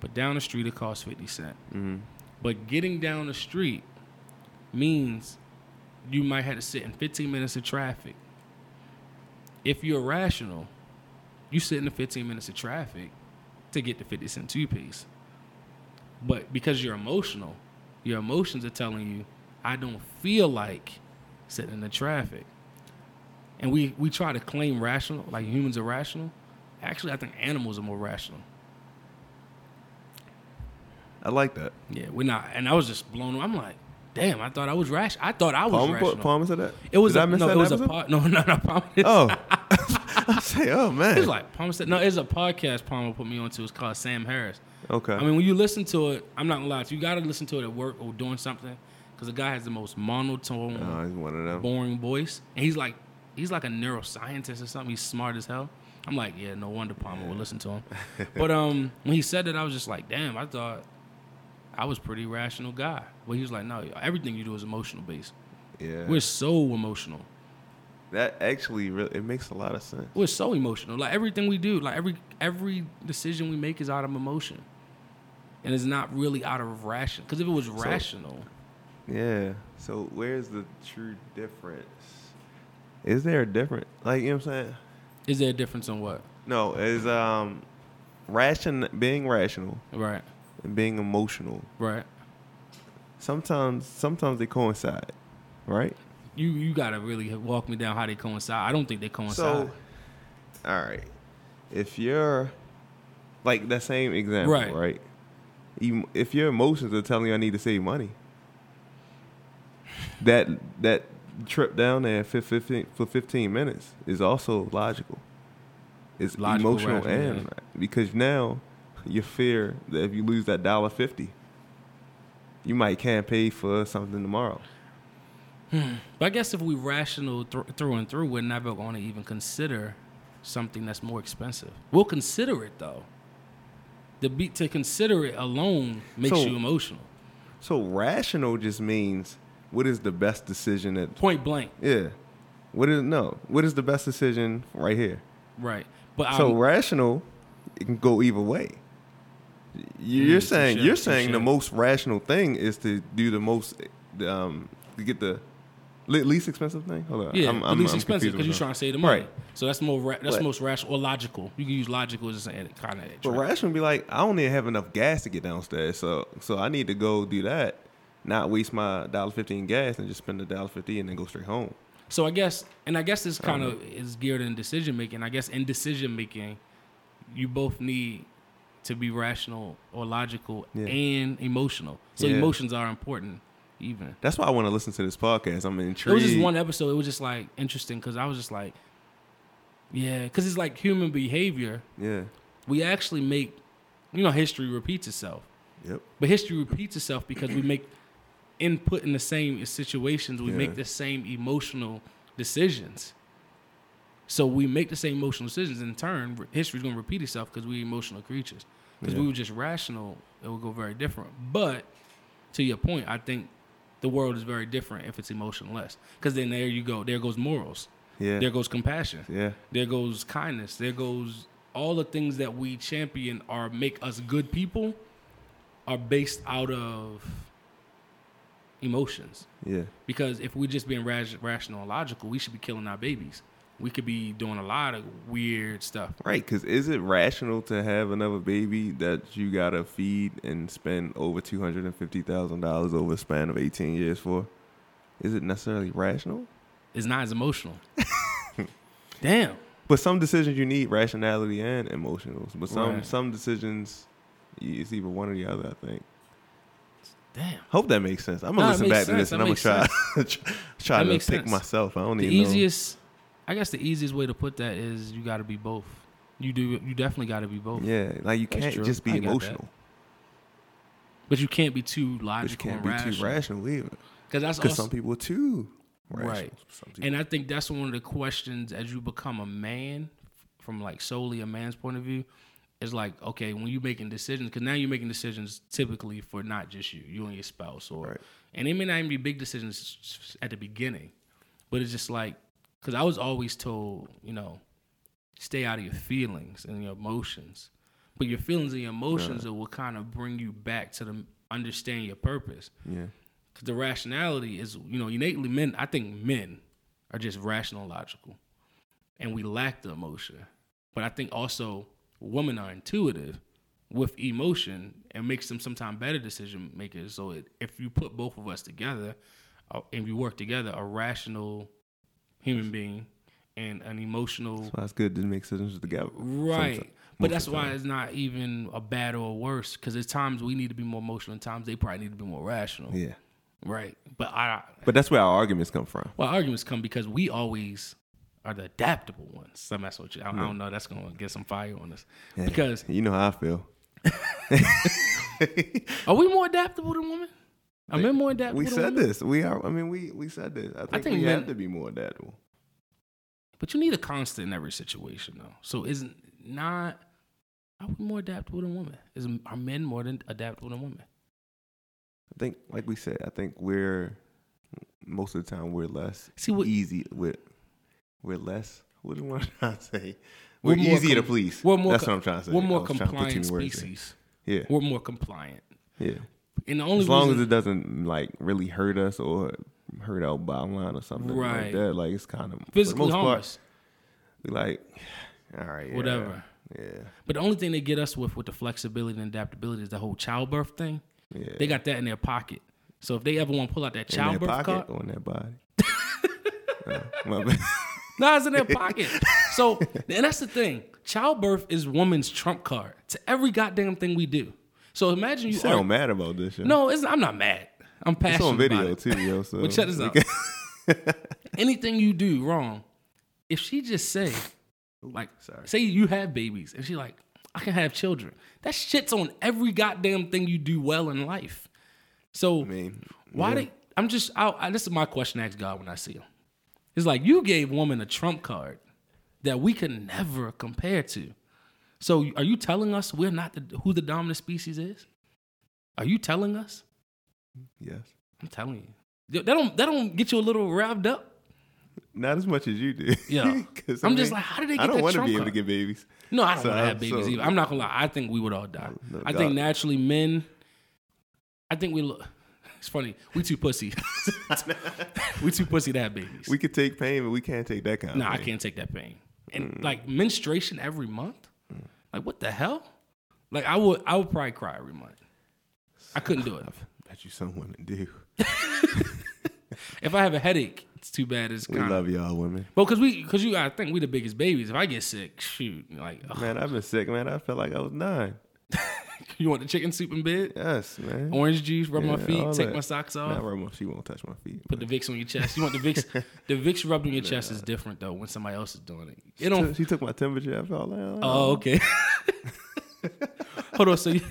Speaker 2: but down the street it costs fifty cent.
Speaker 3: Mhm.
Speaker 2: But getting down the street means you might have to sit in 15 minutes of traffic. If you're rational, you sit in the 15 minutes of traffic to get the 50 cent toothpaste. But because you're emotional, your emotions are telling you, I don't feel like sitting in the traffic. And we, we try to claim rational, like humans are rational. Actually, I think animals are more rational.
Speaker 3: I like that.
Speaker 2: Yeah, we're not. And I was just blown. away. I'm like, damn, I thought I was rational. I thought I was
Speaker 3: Palmer,
Speaker 2: rational.
Speaker 3: put, Palmer said that.
Speaker 2: It was
Speaker 3: Did
Speaker 2: a,
Speaker 3: I miss
Speaker 2: no,
Speaker 3: that
Speaker 2: it was a
Speaker 3: episode?
Speaker 2: pod, no, no, no, Palmer.
Speaker 3: Oh, I say, oh man.
Speaker 2: It's like Palmer said, no, it's a podcast Palmer put me onto. It's called Sam Harris.
Speaker 3: okay.
Speaker 2: I mean, when you listen to it, I'm not gonna lie. If you gotta listen to it at work or doing something, because the guy has the most monotone,
Speaker 3: oh, he's one of them.
Speaker 2: boring voice, and he's like, he's like a neuroscientist or something. He's smart as hell. I'm like, yeah, no wonder Palmer would listen to him. but um, when he said that, I was just like, damn, I thought I was a pretty rational guy. But he was like, no, everything you do is emotional based.
Speaker 3: Yeah.
Speaker 2: We're so emotional.
Speaker 3: that actually really it makes a lot of sense.
Speaker 2: We're so emotional. Like everything we do, like every every decision we make is out of emotion, and it's not really out of ration. Because if it was rational,
Speaker 3: Yeah. So where's the true difference? Is there a difference? Like you know what I'm saying?
Speaker 2: is there a difference in what?
Speaker 3: No, is um ration being rational
Speaker 2: Right,
Speaker 3: and being emotional.
Speaker 2: right.
Speaker 3: Sometimes sometimes they coincide, right?
Speaker 2: You you gotta really walk me down how they coincide. I don't think they coincide.
Speaker 3: So all right. If you're like that same example,
Speaker 2: Right.
Speaker 3: right? right? Em- If your emotions are telling you I need to save money, that that trip down there fif- 15, for 15 minutes is also logical. It's
Speaker 2: Logical,
Speaker 3: emotional
Speaker 2: rational,
Speaker 3: and
Speaker 2: yeah.
Speaker 3: because now you fear that if you lose that dollar fifty, you might can't pay for something tomorrow.
Speaker 2: but I guess if we rational thr through and through, we're never gonna even consider something that's more expensive. We'll consider it though. The be to consider it alone makes
Speaker 3: So-
Speaker 2: you emotional.
Speaker 3: So rational just means what is the best decision that
Speaker 2: Point blank.
Speaker 3: Yeah. What is no? What is the best decision right here?
Speaker 2: Right. But
Speaker 3: so
Speaker 2: I'm-
Speaker 3: rational, it can go either way. You're
Speaker 2: Mm,
Speaker 3: saying
Speaker 2: touche,
Speaker 3: you're saying the
Speaker 2: touche.
Speaker 3: most rational thing is to do the most, um, to get the le- least expensive thing. Hold on,
Speaker 2: Yeah, the least
Speaker 3: I'm
Speaker 2: expensive
Speaker 3: confused
Speaker 2: because you're
Speaker 3: with
Speaker 2: trying to save the
Speaker 3: myself.
Speaker 2: money.
Speaker 3: Right.
Speaker 2: So that's more ra- that's
Speaker 3: But-
Speaker 2: most rational or logical. You can use logical as an kind of
Speaker 3: But rational be like, I don't even have enough gas to get downstairs, so so I need to go do that, not waste my dollar fifteen gas and just spend the dollar fifty and then go straight home.
Speaker 2: So I guess, and I guess this kind of is geared in decision making. I guess in decision making, you both need to be rational or logical
Speaker 3: Yeah.
Speaker 2: and emotional. So
Speaker 3: Yeah.
Speaker 2: emotions are important, even.
Speaker 3: That's why I want to listen to this podcast. I'm intrigued.
Speaker 2: It was just one episode. It was just like interesting because I was just like, yeah, because it's like human behavior.
Speaker 3: Yeah.
Speaker 2: We actually make, you know, history repeats itself.
Speaker 3: Yep.
Speaker 2: But history repeats itself because we make input in the same situations. We make
Speaker 3: Yeah.
Speaker 2: the same emotional decisions. So we make the same emotional decisions. In turn, re- history's going to repeat itself because we're emotional creatures. Because
Speaker 3: Yeah.
Speaker 2: we were just rational, it would go very different. But to your point, I think the world is very different if it's emotionless. Because then there you go. There goes morals.
Speaker 3: Yeah.
Speaker 2: There goes compassion.
Speaker 3: yeah.
Speaker 2: There goes kindness. There goes all the things that we champion or make us good people are based out of emotions.
Speaker 3: Yeah.
Speaker 2: Because if we're just being ras- rational and logical, we should be killing our babies. We could be doing a lot of weird stuff.
Speaker 3: Right, because is it rational to have another baby that you gotta feed and spend over two hundred and fifty thousand dollars over a span of eighteen years for? Is it necessarily rational?
Speaker 2: It's not as emotional. Damn.
Speaker 3: But some decisions you need rationality and emotionals. But some
Speaker 2: Right.
Speaker 3: some decisions, y- it's either one or the other. I think.
Speaker 2: Damn.
Speaker 3: Hope that makes sense. I'm
Speaker 2: No,
Speaker 3: gonna
Speaker 2: it
Speaker 3: listen
Speaker 2: makes
Speaker 3: back to
Speaker 2: sense.
Speaker 3: this
Speaker 2: That
Speaker 3: and I'm gonna
Speaker 2: makes
Speaker 3: try try
Speaker 2: That
Speaker 3: to pick
Speaker 2: makes sense.
Speaker 3: myself. I don't
Speaker 2: The
Speaker 3: even know.
Speaker 2: easiest, I guess, the easiest way to put that is you got to be both. You do. You definitely got to be both.
Speaker 3: Yeah, like you
Speaker 2: That's
Speaker 3: can't
Speaker 2: true.
Speaker 3: just
Speaker 2: I
Speaker 3: be
Speaker 2: got that.
Speaker 3: emotional.
Speaker 2: But you can't be too
Speaker 3: But you
Speaker 2: logical
Speaker 3: can't
Speaker 2: and
Speaker 3: be
Speaker 2: rational.
Speaker 3: too rational either.
Speaker 2: Because that's
Speaker 3: Because
Speaker 2: also,
Speaker 3: some people are too rational.
Speaker 2: Right.
Speaker 3: Some people-
Speaker 2: and I think that's one of the questions as you become a man, from like solely a man's point of view, is like okay when you're making decisions because now you're making decisions typically for not just you, you and your spouse, or
Speaker 3: Right.
Speaker 2: and it may not even be big decisions at the beginning, but it's just like because I was always told you know stay out of your feelings and your emotions, but your feelings and your emotions are what kind of bring you back to the understand your purpose.
Speaker 3: yeah.
Speaker 2: 'Cause the rationality is, you know, innately men, I think men are just rational and logical. And we lack the emotion. But I think also women are intuitive with emotion and makes them sometimes better decision makers. So it, if you put both of us together uh, and we work together, a rational human being and an emotional
Speaker 3: That's why it's good to make decisions together.
Speaker 2: Right.
Speaker 3: someti-
Speaker 2: But
Speaker 3: most
Speaker 2: that's
Speaker 3: of the
Speaker 2: why
Speaker 3: time.
Speaker 2: it's not even a bad or a worse because there's times we need to be more emotional and times they probably need to be more rational.
Speaker 3: Yeah.
Speaker 2: Right. But I,
Speaker 3: But that's where our arguments come from.
Speaker 2: well, arguments come because we always are the adaptable ones. So that's what you, I, I don't know. That's gonna get some fire on us because
Speaker 3: You know how I feel.
Speaker 2: are we more adaptable than women? Are men more adaptable?
Speaker 3: We
Speaker 2: than
Speaker 3: said
Speaker 2: women?
Speaker 3: this. We are. I mean, we we said this. I think,
Speaker 2: think
Speaker 3: we
Speaker 2: men-
Speaker 3: have to be more adaptable.
Speaker 2: but you need a constant in every situation though. So isn't not are we more adaptable than women? Is are men more than adaptable than women?
Speaker 3: I think, like we said, I think we're most of the time we're less
Speaker 2: See what
Speaker 3: easy with. We're less. What am I trying to say?
Speaker 2: We're
Speaker 3: We're,
Speaker 2: more
Speaker 3: easier to
Speaker 2: com-
Speaker 3: please.
Speaker 2: we're more
Speaker 3: That's
Speaker 2: co-
Speaker 3: what I'm trying to say.
Speaker 2: we're
Speaker 3: I
Speaker 2: more
Speaker 3: was trying to put
Speaker 2: compliant
Speaker 3: two words in.
Speaker 2: species.
Speaker 3: Yeah,
Speaker 2: We're more compliant,
Speaker 3: yeah.
Speaker 2: and the only
Speaker 3: As long as
Speaker 2: reason-
Speaker 3: it doesn't like really hurt us or hurt our bottom line or something
Speaker 2: Right.
Speaker 3: like that. Like it's kind of for the
Speaker 2: physically
Speaker 3: most part,
Speaker 2: harmless,
Speaker 3: we like, all right, yeah,
Speaker 2: whatever.
Speaker 3: yeah,
Speaker 2: But the only thing they get us with with the flexibility and adaptability is the whole childbirth thing.
Speaker 3: yeah.
Speaker 2: They got that in their pocket. So if they ever want to pull out that
Speaker 3: in their
Speaker 2: childbirth
Speaker 3: pocket
Speaker 2: card,
Speaker 3: or on their body. Uh, my bad.
Speaker 2: no, it's in their pocket. So and that's the thing. Childbirth is woman's trump card to every goddamn thing we do. So imagine you,
Speaker 3: You
Speaker 2: are
Speaker 3: sound mad about this. Yo.
Speaker 2: no, it's, I'm not mad. I'm passionate
Speaker 3: it's on
Speaker 2: about
Speaker 3: video
Speaker 2: it.
Speaker 3: too, yo. So
Speaker 2: But shut this up. Anything you do wrong, if she just say, like,
Speaker 3: sorry.
Speaker 2: say you have babies, and she like, I can have children. That shit's on every goddamn thing you do well in life. So
Speaker 3: I mean,
Speaker 2: Why
Speaker 3: yeah.
Speaker 2: they? I'm just. I, I, this is my question. I ask God when I see him. It's like you gave woman a trump card that we can never compare to. So are you telling us we're not the, who the dominant species is? Are you telling us?
Speaker 3: Yes,
Speaker 2: I'm telling you. That don't that don't get you a little revved up.
Speaker 3: not as much as you do.
Speaker 2: Yeah.
Speaker 3: 'Cause,
Speaker 2: I'm just like, how did they
Speaker 3: I
Speaker 2: get
Speaker 3: don't
Speaker 2: that
Speaker 3: wanna
Speaker 2: trunk
Speaker 3: be able to
Speaker 2: up?
Speaker 3: get babies.
Speaker 2: No, I don't
Speaker 3: So,
Speaker 2: want to have
Speaker 3: so- Oh,
Speaker 2: babies either. I'm not gonna lie. I think we would all die.
Speaker 3: No,
Speaker 2: I
Speaker 3: God.
Speaker 2: think naturally men. I think we look. It's funny. We too pussy. we too pussy to have babies.
Speaker 3: We could take pain, but we can't Mm. take that kind.
Speaker 2: No,
Speaker 3: of
Speaker 2: I
Speaker 3: pain.
Speaker 2: can't take that pain. And like menstruation every month?
Speaker 3: Mm.
Speaker 2: Like what the hell? Like I would I would probably cry every month. I couldn't do it.
Speaker 3: I bet you someone to do.
Speaker 2: If I have a headache, it's too bad. It's
Speaker 3: We
Speaker 2: kind of
Speaker 3: love y'all, women.
Speaker 2: well, cause we, cause you, gotta think we the biggest babies. If I get sick, shoot, like ugh.
Speaker 3: Man, I've been sick, man. I felt like I was nine.
Speaker 2: you want the chicken soup in bed,
Speaker 3: Yes, man.
Speaker 2: orange juice, rub my
Speaker 3: Yeah,
Speaker 2: feet,
Speaker 3: all
Speaker 2: take
Speaker 3: that.
Speaker 2: my socks
Speaker 3: Nah,
Speaker 2: off,
Speaker 3: bro, my- she won't touch my feet.
Speaker 2: put the Vicks on your chest. You want the Vicks? the Vicks rubbed on your chest is different though. When somebody else is doing it, it don't
Speaker 3: She- She took my temperature. I felt like, oh,
Speaker 2: Oh, okay. hold on. So you,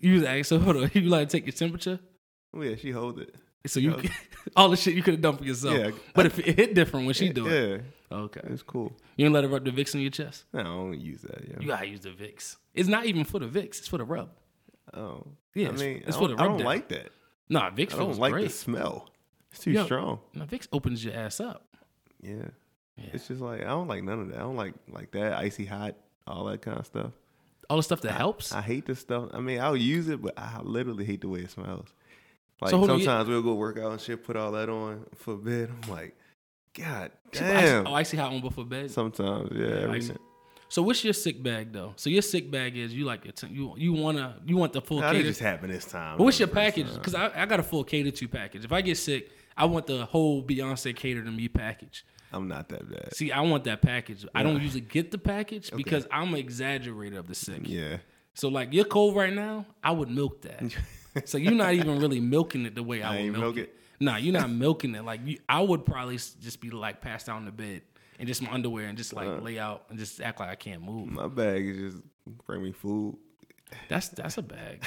Speaker 2: you was asking, so hold on. You like take your temperature?
Speaker 3: Oh, yeah, she hold it.
Speaker 2: So you
Speaker 3: No.
Speaker 2: can- all the shit you could have done for yourself.
Speaker 3: Yeah.
Speaker 2: But if it hit different when she
Speaker 3: yeah,
Speaker 2: do it.
Speaker 3: yeah,
Speaker 2: Okay.
Speaker 3: it's cool.
Speaker 2: You didn't let her rub the Vicks on your chest?
Speaker 3: No, I don't use that. Yeah.
Speaker 2: You gotta use the Vicks. It's not even for the Vicks, it's for the rub.
Speaker 3: Oh,
Speaker 2: Yeah,
Speaker 3: I
Speaker 2: it's-
Speaker 3: mean,
Speaker 2: it's
Speaker 3: I
Speaker 2: for
Speaker 3: don't-
Speaker 2: the
Speaker 3: I don't
Speaker 2: rub down.
Speaker 3: like that.
Speaker 2: Nah, Vicks
Speaker 3: I don't
Speaker 2: feels
Speaker 3: like
Speaker 2: great.
Speaker 3: the smell. It's too
Speaker 2: Yo.
Speaker 3: strong.
Speaker 2: Nah, Vicks opens your ass up.
Speaker 3: Yeah.
Speaker 2: Yeah.
Speaker 3: It's just like I don't like none of that. I don't like like that icy hot, all that kind of stuff.
Speaker 2: All the stuff that helps.
Speaker 3: I hate this stuff. I mean, I'll use it, but I literally hate the way it smells. Like
Speaker 2: hold on, you-
Speaker 3: sometimes we'll go work out and shit, put all that on for bed. I'm like, God
Speaker 2: She put ice-
Speaker 3: damn.
Speaker 2: oh, icy hot one before bed. So,
Speaker 3: sometimes, yeah.
Speaker 2: Yeah,
Speaker 3: every
Speaker 2: icy.
Speaker 3: night.
Speaker 2: what's your sick bag though? So your sick bag is you like it. to- You you wanna you want the full
Speaker 3: Nah, that
Speaker 2: catered.
Speaker 3: just happened this time.
Speaker 2: But what's your
Speaker 3: That was the
Speaker 2: package?
Speaker 3: first time.
Speaker 2: Because I, I got a full catered to package. If I get sick, I want the whole Beyonce catered to me package.
Speaker 3: I'm not that bad.
Speaker 2: See, I want that package. I don't usually get the package because I'm an exaggerator of the sick.
Speaker 3: Yeah.
Speaker 2: So like you're cold right now, I would milk that. so you're not even really milking it the way I,
Speaker 3: I
Speaker 2: would
Speaker 3: ain't
Speaker 2: milk,
Speaker 3: milk
Speaker 2: it.
Speaker 3: it.
Speaker 2: Nah, you're not milking it. Like you, I would probably s- just be like passed out in the bed and just my underwear and just
Speaker 3: Uh.
Speaker 2: like lay out and just act like I can't move.
Speaker 3: My bag is just bring me food.
Speaker 2: That's that's a bag.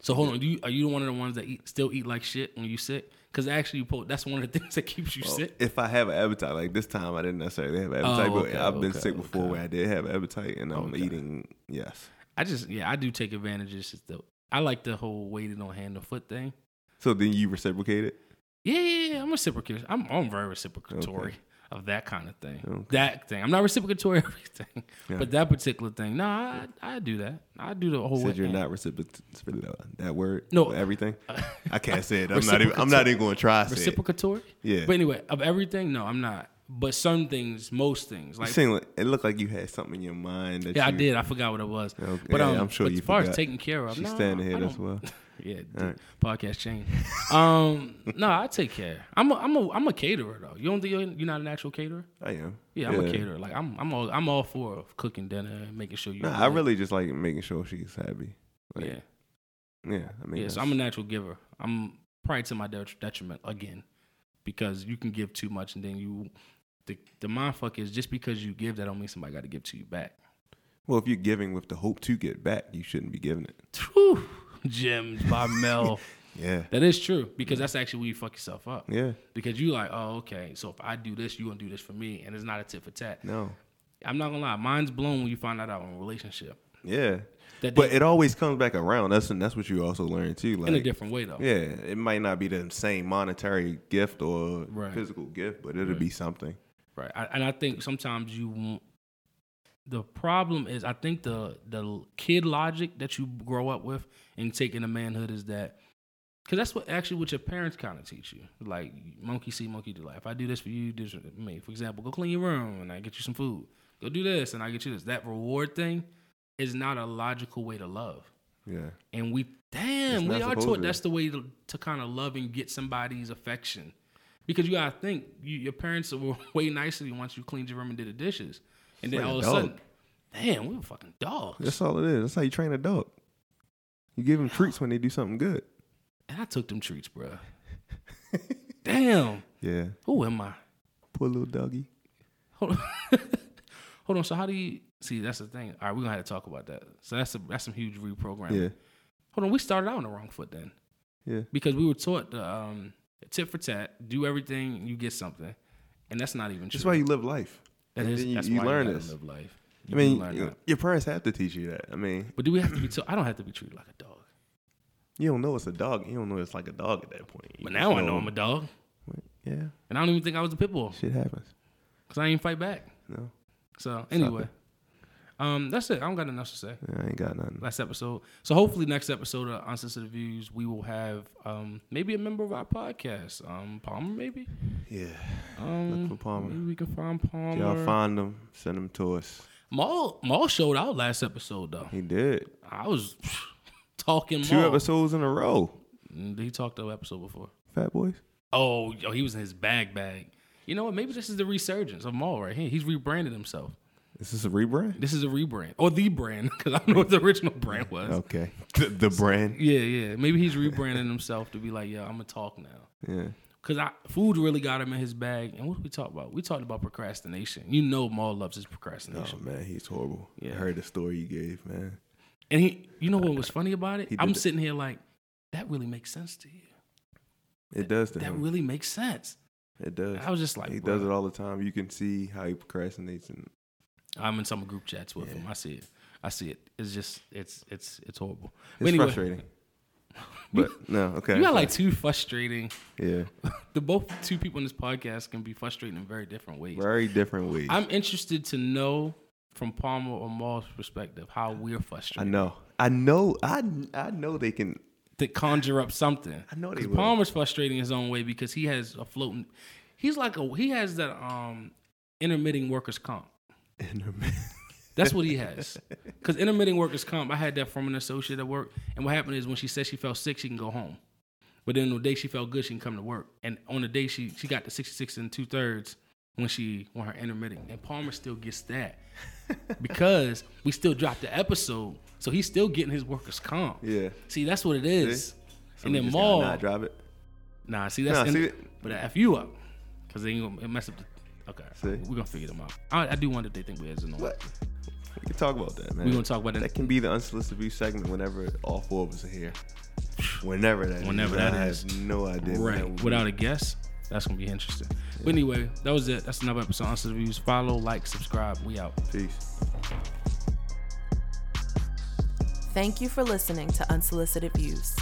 Speaker 2: so hold on, do you, are you one of the ones that eat, still eat like shit when you sick? Because actually, you po- that's one of the things that keeps you sick.
Speaker 3: Oh, If I have an appetite, like this time I didn't necessarily have an
Speaker 2: Oh,
Speaker 3: appetite,
Speaker 2: okay,
Speaker 3: but I've been
Speaker 2: okay,
Speaker 3: sick before
Speaker 2: okay.
Speaker 3: where I did have an appetite and I'm
Speaker 2: Okay.
Speaker 3: eating, yes.
Speaker 2: I just yeah, I do take advantage of just the. I like the whole weighted on hand or foot thing.
Speaker 3: So then you reciprocate it?
Speaker 2: Yeah, yeah, yeah. I'm reciprocal. I'm, I'm very reciprocatory
Speaker 3: Okay.
Speaker 2: of that kind of thing.
Speaker 3: Okay.
Speaker 2: That thing. I'm not reciprocatory of everything,
Speaker 3: Yeah.
Speaker 2: but that particular thing. No, I, I do that. I do the whole.
Speaker 3: Said
Speaker 2: wet
Speaker 3: you're
Speaker 2: hand.
Speaker 3: not reciprocating that word?
Speaker 2: No.
Speaker 3: Everything? I can't say it. I'm not even, I'm
Speaker 2: Reciprocator-
Speaker 3: not even going to try to say it.
Speaker 2: reciprocatory.
Speaker 3: Yeah.
Speaker 2: But anyway, of everything, no, I'm not. But some things, most things,
Speaker 3: You
Speaker 2: like
Speaker 3: seem like- it looked like you had something in your mind that
Speaker 2: yeah, I
Speaker 3: you-
Speaker 2: did. I forgot what it was.
Speaker 3: Okay,
Speaker 2: but um,
Speaker 3: I'm sure
Speaker 2: but
Speaker 3: you
Speaker 2: as far as
Speaker 3: forgot.
Speaker 2: taking care of,
Speaker 3: She's
Speaker 2: no,
Speaker 3: standing here
Speaker 2: I
Speaker 3: as
Speaker 2: don't-
Speaker 3: well.
Speaker 2: Yeah, dude,
Speaker 3: All right.
Speaker 2: podcast change. um, no, I take care. I'm a, I'm a, I'm a caterer though. You don't think you're, you're not an actual caterer?
Speaker 3: I am.
Speaker 2: Yeah, I'm a caterer. Like I'm I'm all I'm all for cooking dinner and making sure you.
Speaker 3: Nah, I really just like making sure she's happy. Like,
Speaker 2: yeah
Speaker 3: Yeah. I mean,
Speaker 2: yeah. So
Speaker 3: that's-
Speaker 2: I'm a natural giver. I'm probably to my det- detriment again because you can give too much and then you the the mind fuck is just because you give that don't mean somebody got to give to you back.
Speaker 3: well, if you're giving with the hope to get back, you shouldn't be giving it.
Speaker 2: Whew, gems by Mel.
Speaker 3: Yeah.
Speaker 2: That is true because that's actually where you fuck yourself up.
Speaker 3: Yeah.
Speaker 2: Because you like, oh, okay, so if I do this, you gonna do this for me, and it's not a tit for tat.
Speaker 3: No.
Speaker 2: I'm not gonna lie, mind's blown when you find that out in a relationship.
Speaker 3: Yeah.
Speaker 2: That
Speaker 3: But
Speaker 2: they-
Speaker 3: it always comes back around. That's and that's what you also learn too. Like
Speaker 2: in a different way though.
Speaker 3: Yeah, it might not be the same monetary gift or
Speaker 2: Right.
Speaker 3: physical gift, but it'll be something.
Speaker 2: Right. I, and I think sometimes you won't. The problem is, I think the the kid logic that you grow up with and take into manhood is that, because that's what actually what your parents kind of teach you. Like monkey see, monkey do. Like if I do this for you, you do this for me. For example, go clean your room and I get you some food. Go do this and I get you this. That reward thing is not a logical way to love.
Speaker 3: Yeah.
Speaker 2: And we, damn,
Speaker 3: It's
Speaker 2: we
Speaker 3: not
Speaker 2: are
Speaker 3: supposed
Speaker 2: taught
Speaker 3: to.
Speaker 2: that's the way to, to kind of love and get somebody's affection. Because you gotta think, you, your parents were way nicer to you once you cleaned your room and did the dishes. And then
Speaker 3: Like a
Speaker 2: all of a
Speaker 3: dog.
Speaker 2: sudden, damn, we were fucking dogs.
Speaker 3: That's all it is. That's how you train a dog. You give them treats when they do something good.
Speaker 2: And I took them treats, bruh. damn,
Speaker 3: Yeah.
Speaker 2: who am I?
Speaker 3: Poor little doggy.
Speaker 2: Hold on. Hold on. So how do you see? That's the thing. All right, we're gonna have to talk about that. So that's a, that's some huge reprogramming.
Speaker 3: Yeah.
Speaker 2: Hold on, we started out on the wrong foot then.
Speaker 3: Yeah.
Speaker 2: because we were taught the um, tit for tat, do everything, you get something, and that's not even true.
Speaker 3: That's why you live life.
Speaker 2: That
Speaker 3: and
Speaker 2: is-
Speaker 3: then you,
Speaker 2: that's
Speaker 3: you
Speaker 2: why
Speaker 3: learn
Speaker 2: gotta
Speaker 3: this.
Speaker 2: live life. You
Speaker 3: I
Speaker 2: do
Speaker 3: mean,
Speaker 2: learn
Speaker 3: you-
Speaker 2: that.
Speaker 3: your parents have to teach you that. I mean,
Speaker 2: but do we have to be? told? I don't have to be treated like a dog.
Speaker 3: you don't know it's a dog. You don't know it's like a dog at that point. You
Speaker 2: But
Speaker 3: just
Speaker 2: now I know I'm a dog,
Speaker 3: Yeah.
Speaker 2: and I don't even think I was a pit bull
Speaker 3: Shit happens.
Speaker 2: because I didn't fight back.
Speaker 3: No.
Speaker 2: So anyway, um, that's it. I don't got enough to say.
Speaker 3: I ain't got nothing.
Speaker 2: Last episode. So hopefully next episode of Uncensored Views, we will have um, maybe a member of our podcast, um, Palmer maybe.
Speaker 3: Yeah.
Speaker 2: Um,
Speaker 3: for Palmer.
Speaker 2: Maybe we can find Palmer.
Speaker 3: Y'all find them, send them to us.
Speaker 2: Maul Maul showed out last episode though.
Speaker 3: He did.
Speaker 2: I was talking
Speaker 3: Two
Speaker 2: Maul.
Speaker 3: episodes in a row.
Speaker 2: Mm, He talked the episode before.
Speaker 3: Fat Boys.
Speaker 2: Oh, yo, he was in his bag bag. You know what? Maybe this is the resurgence of Maul right here. He's rebranded himself.
Speaker 3: Is this a rebrand?
Speaker 2: This is a rebrand or the brand because I don't know what the original brand was.
Speaker 3: Okay. The, the brand.
Speaker 2: Yeah, yeah. Maybe he's rebranding himself to be like, yo, I'm gonna talk now.
Speaker 3: Yeah.
Speaker 2: Cause I food really got him in his bag. And what did we talk about? We talked about procrastination. You know, Maul loves his
Speaker 3: Oh
Speaker 2: procrastination.
Speaker 3: man, he's horrible.
Speaker 2: Yeah.
Speaker 3: I heard the story you gave, man.
Speaker 2: And he, you know what was funny about it?
Speaker 3: He did
Speaker 2: I'm
Speaker 3: that.
Speaker 2: sitting here like, that really makes sense to you.
Speaker 3: It does to
Speaker 2: That
Speaker 3: him.
Speaker 2: really makes sense.
Speaker 3: it does.
Speaker 2: I was just like,
Speaker 3: he
Speaker 2: bro.
Speaker 3: does it all the time. You can see how he procrastinates and
Speaker 2: I'm in some group chats with
Speaker 3: Yeah.
Speaker 2: him. I see it. I see it. It's just it's it's it's horrible.
Speaker 3: it's
Speaker 2: But anyway,
Speaker 3: frustrating. But no, okay.
Speaker 2: You got like two frustrating.
Speaker 3: yeah,
Speaker 2: The both two people in this podcast can be frustrating in very different ways.
Speaker 3: very different ways. i
Speaker 2: I'm interested to know from Palmer or Maul's perspective how we're frustrated.
Speaker 3: know, I know, I I know they can.
Speaker 2: to conjure up something.
Speaker 3: I know they
Speaker 2: 'Cause
Speaker 3: will.
Speaker 2: Palmer's frustrating his own way because he has a floating. He's like a he has that um intermitting workers comp. That's what he has. Because intermitting workers comp, I had that from an associate at work. And what happened is when she said she felt sick, she can go home. But then the day she felt good, she can come to work. And on the day she she got the sixty six and two thirds when she won her intermitting. And Palmer still gets that because we still dropped the episode, so he's still getting his workers comp.
Speaker 3: yeah,
Speaker 2: See, that's what it is.
Speaker 3: See? So
Speaker 2: And
Speaker 3: we
Speaker 2: then
Speaker 3: just gotta
Speaker 2: Maul,
Speaker 3: not drop it.
Speaker 2: Nah, see that's
Speaker 3: Nah,
Speaker 2: in-
Speaker 3: see-
Speaker 2: but I f you up because then you gonna mess up. The, okay,
Speaker 3: See?
Speaker 2: we're gonna figure them out. I, I do wonder if they think we're as annoying.
Speaker 3: What? We can talk about that, man.
Speaker 2: We gonna talk about that.
Speaker 3: That can be the unsolicited view segment whenever all four of us are here. Whenever that. is,
Speaker 2: Whenever
Speaker 3: but
Speaker 2: that
Speaker 3: I
Speaker 2: is.
Speaker 3: have no idea. when that
Speaker 2: Right.
Speaker 3: will be.
Speaker 2: Without a guess, that's gonna be interesting. But anyway, that was it. That's another episode. Answer reviews. Follow, like, subscribe. We out.
Speaker 3: Peace.
Speaker 1: Thank you for listening to Unsolicited Views.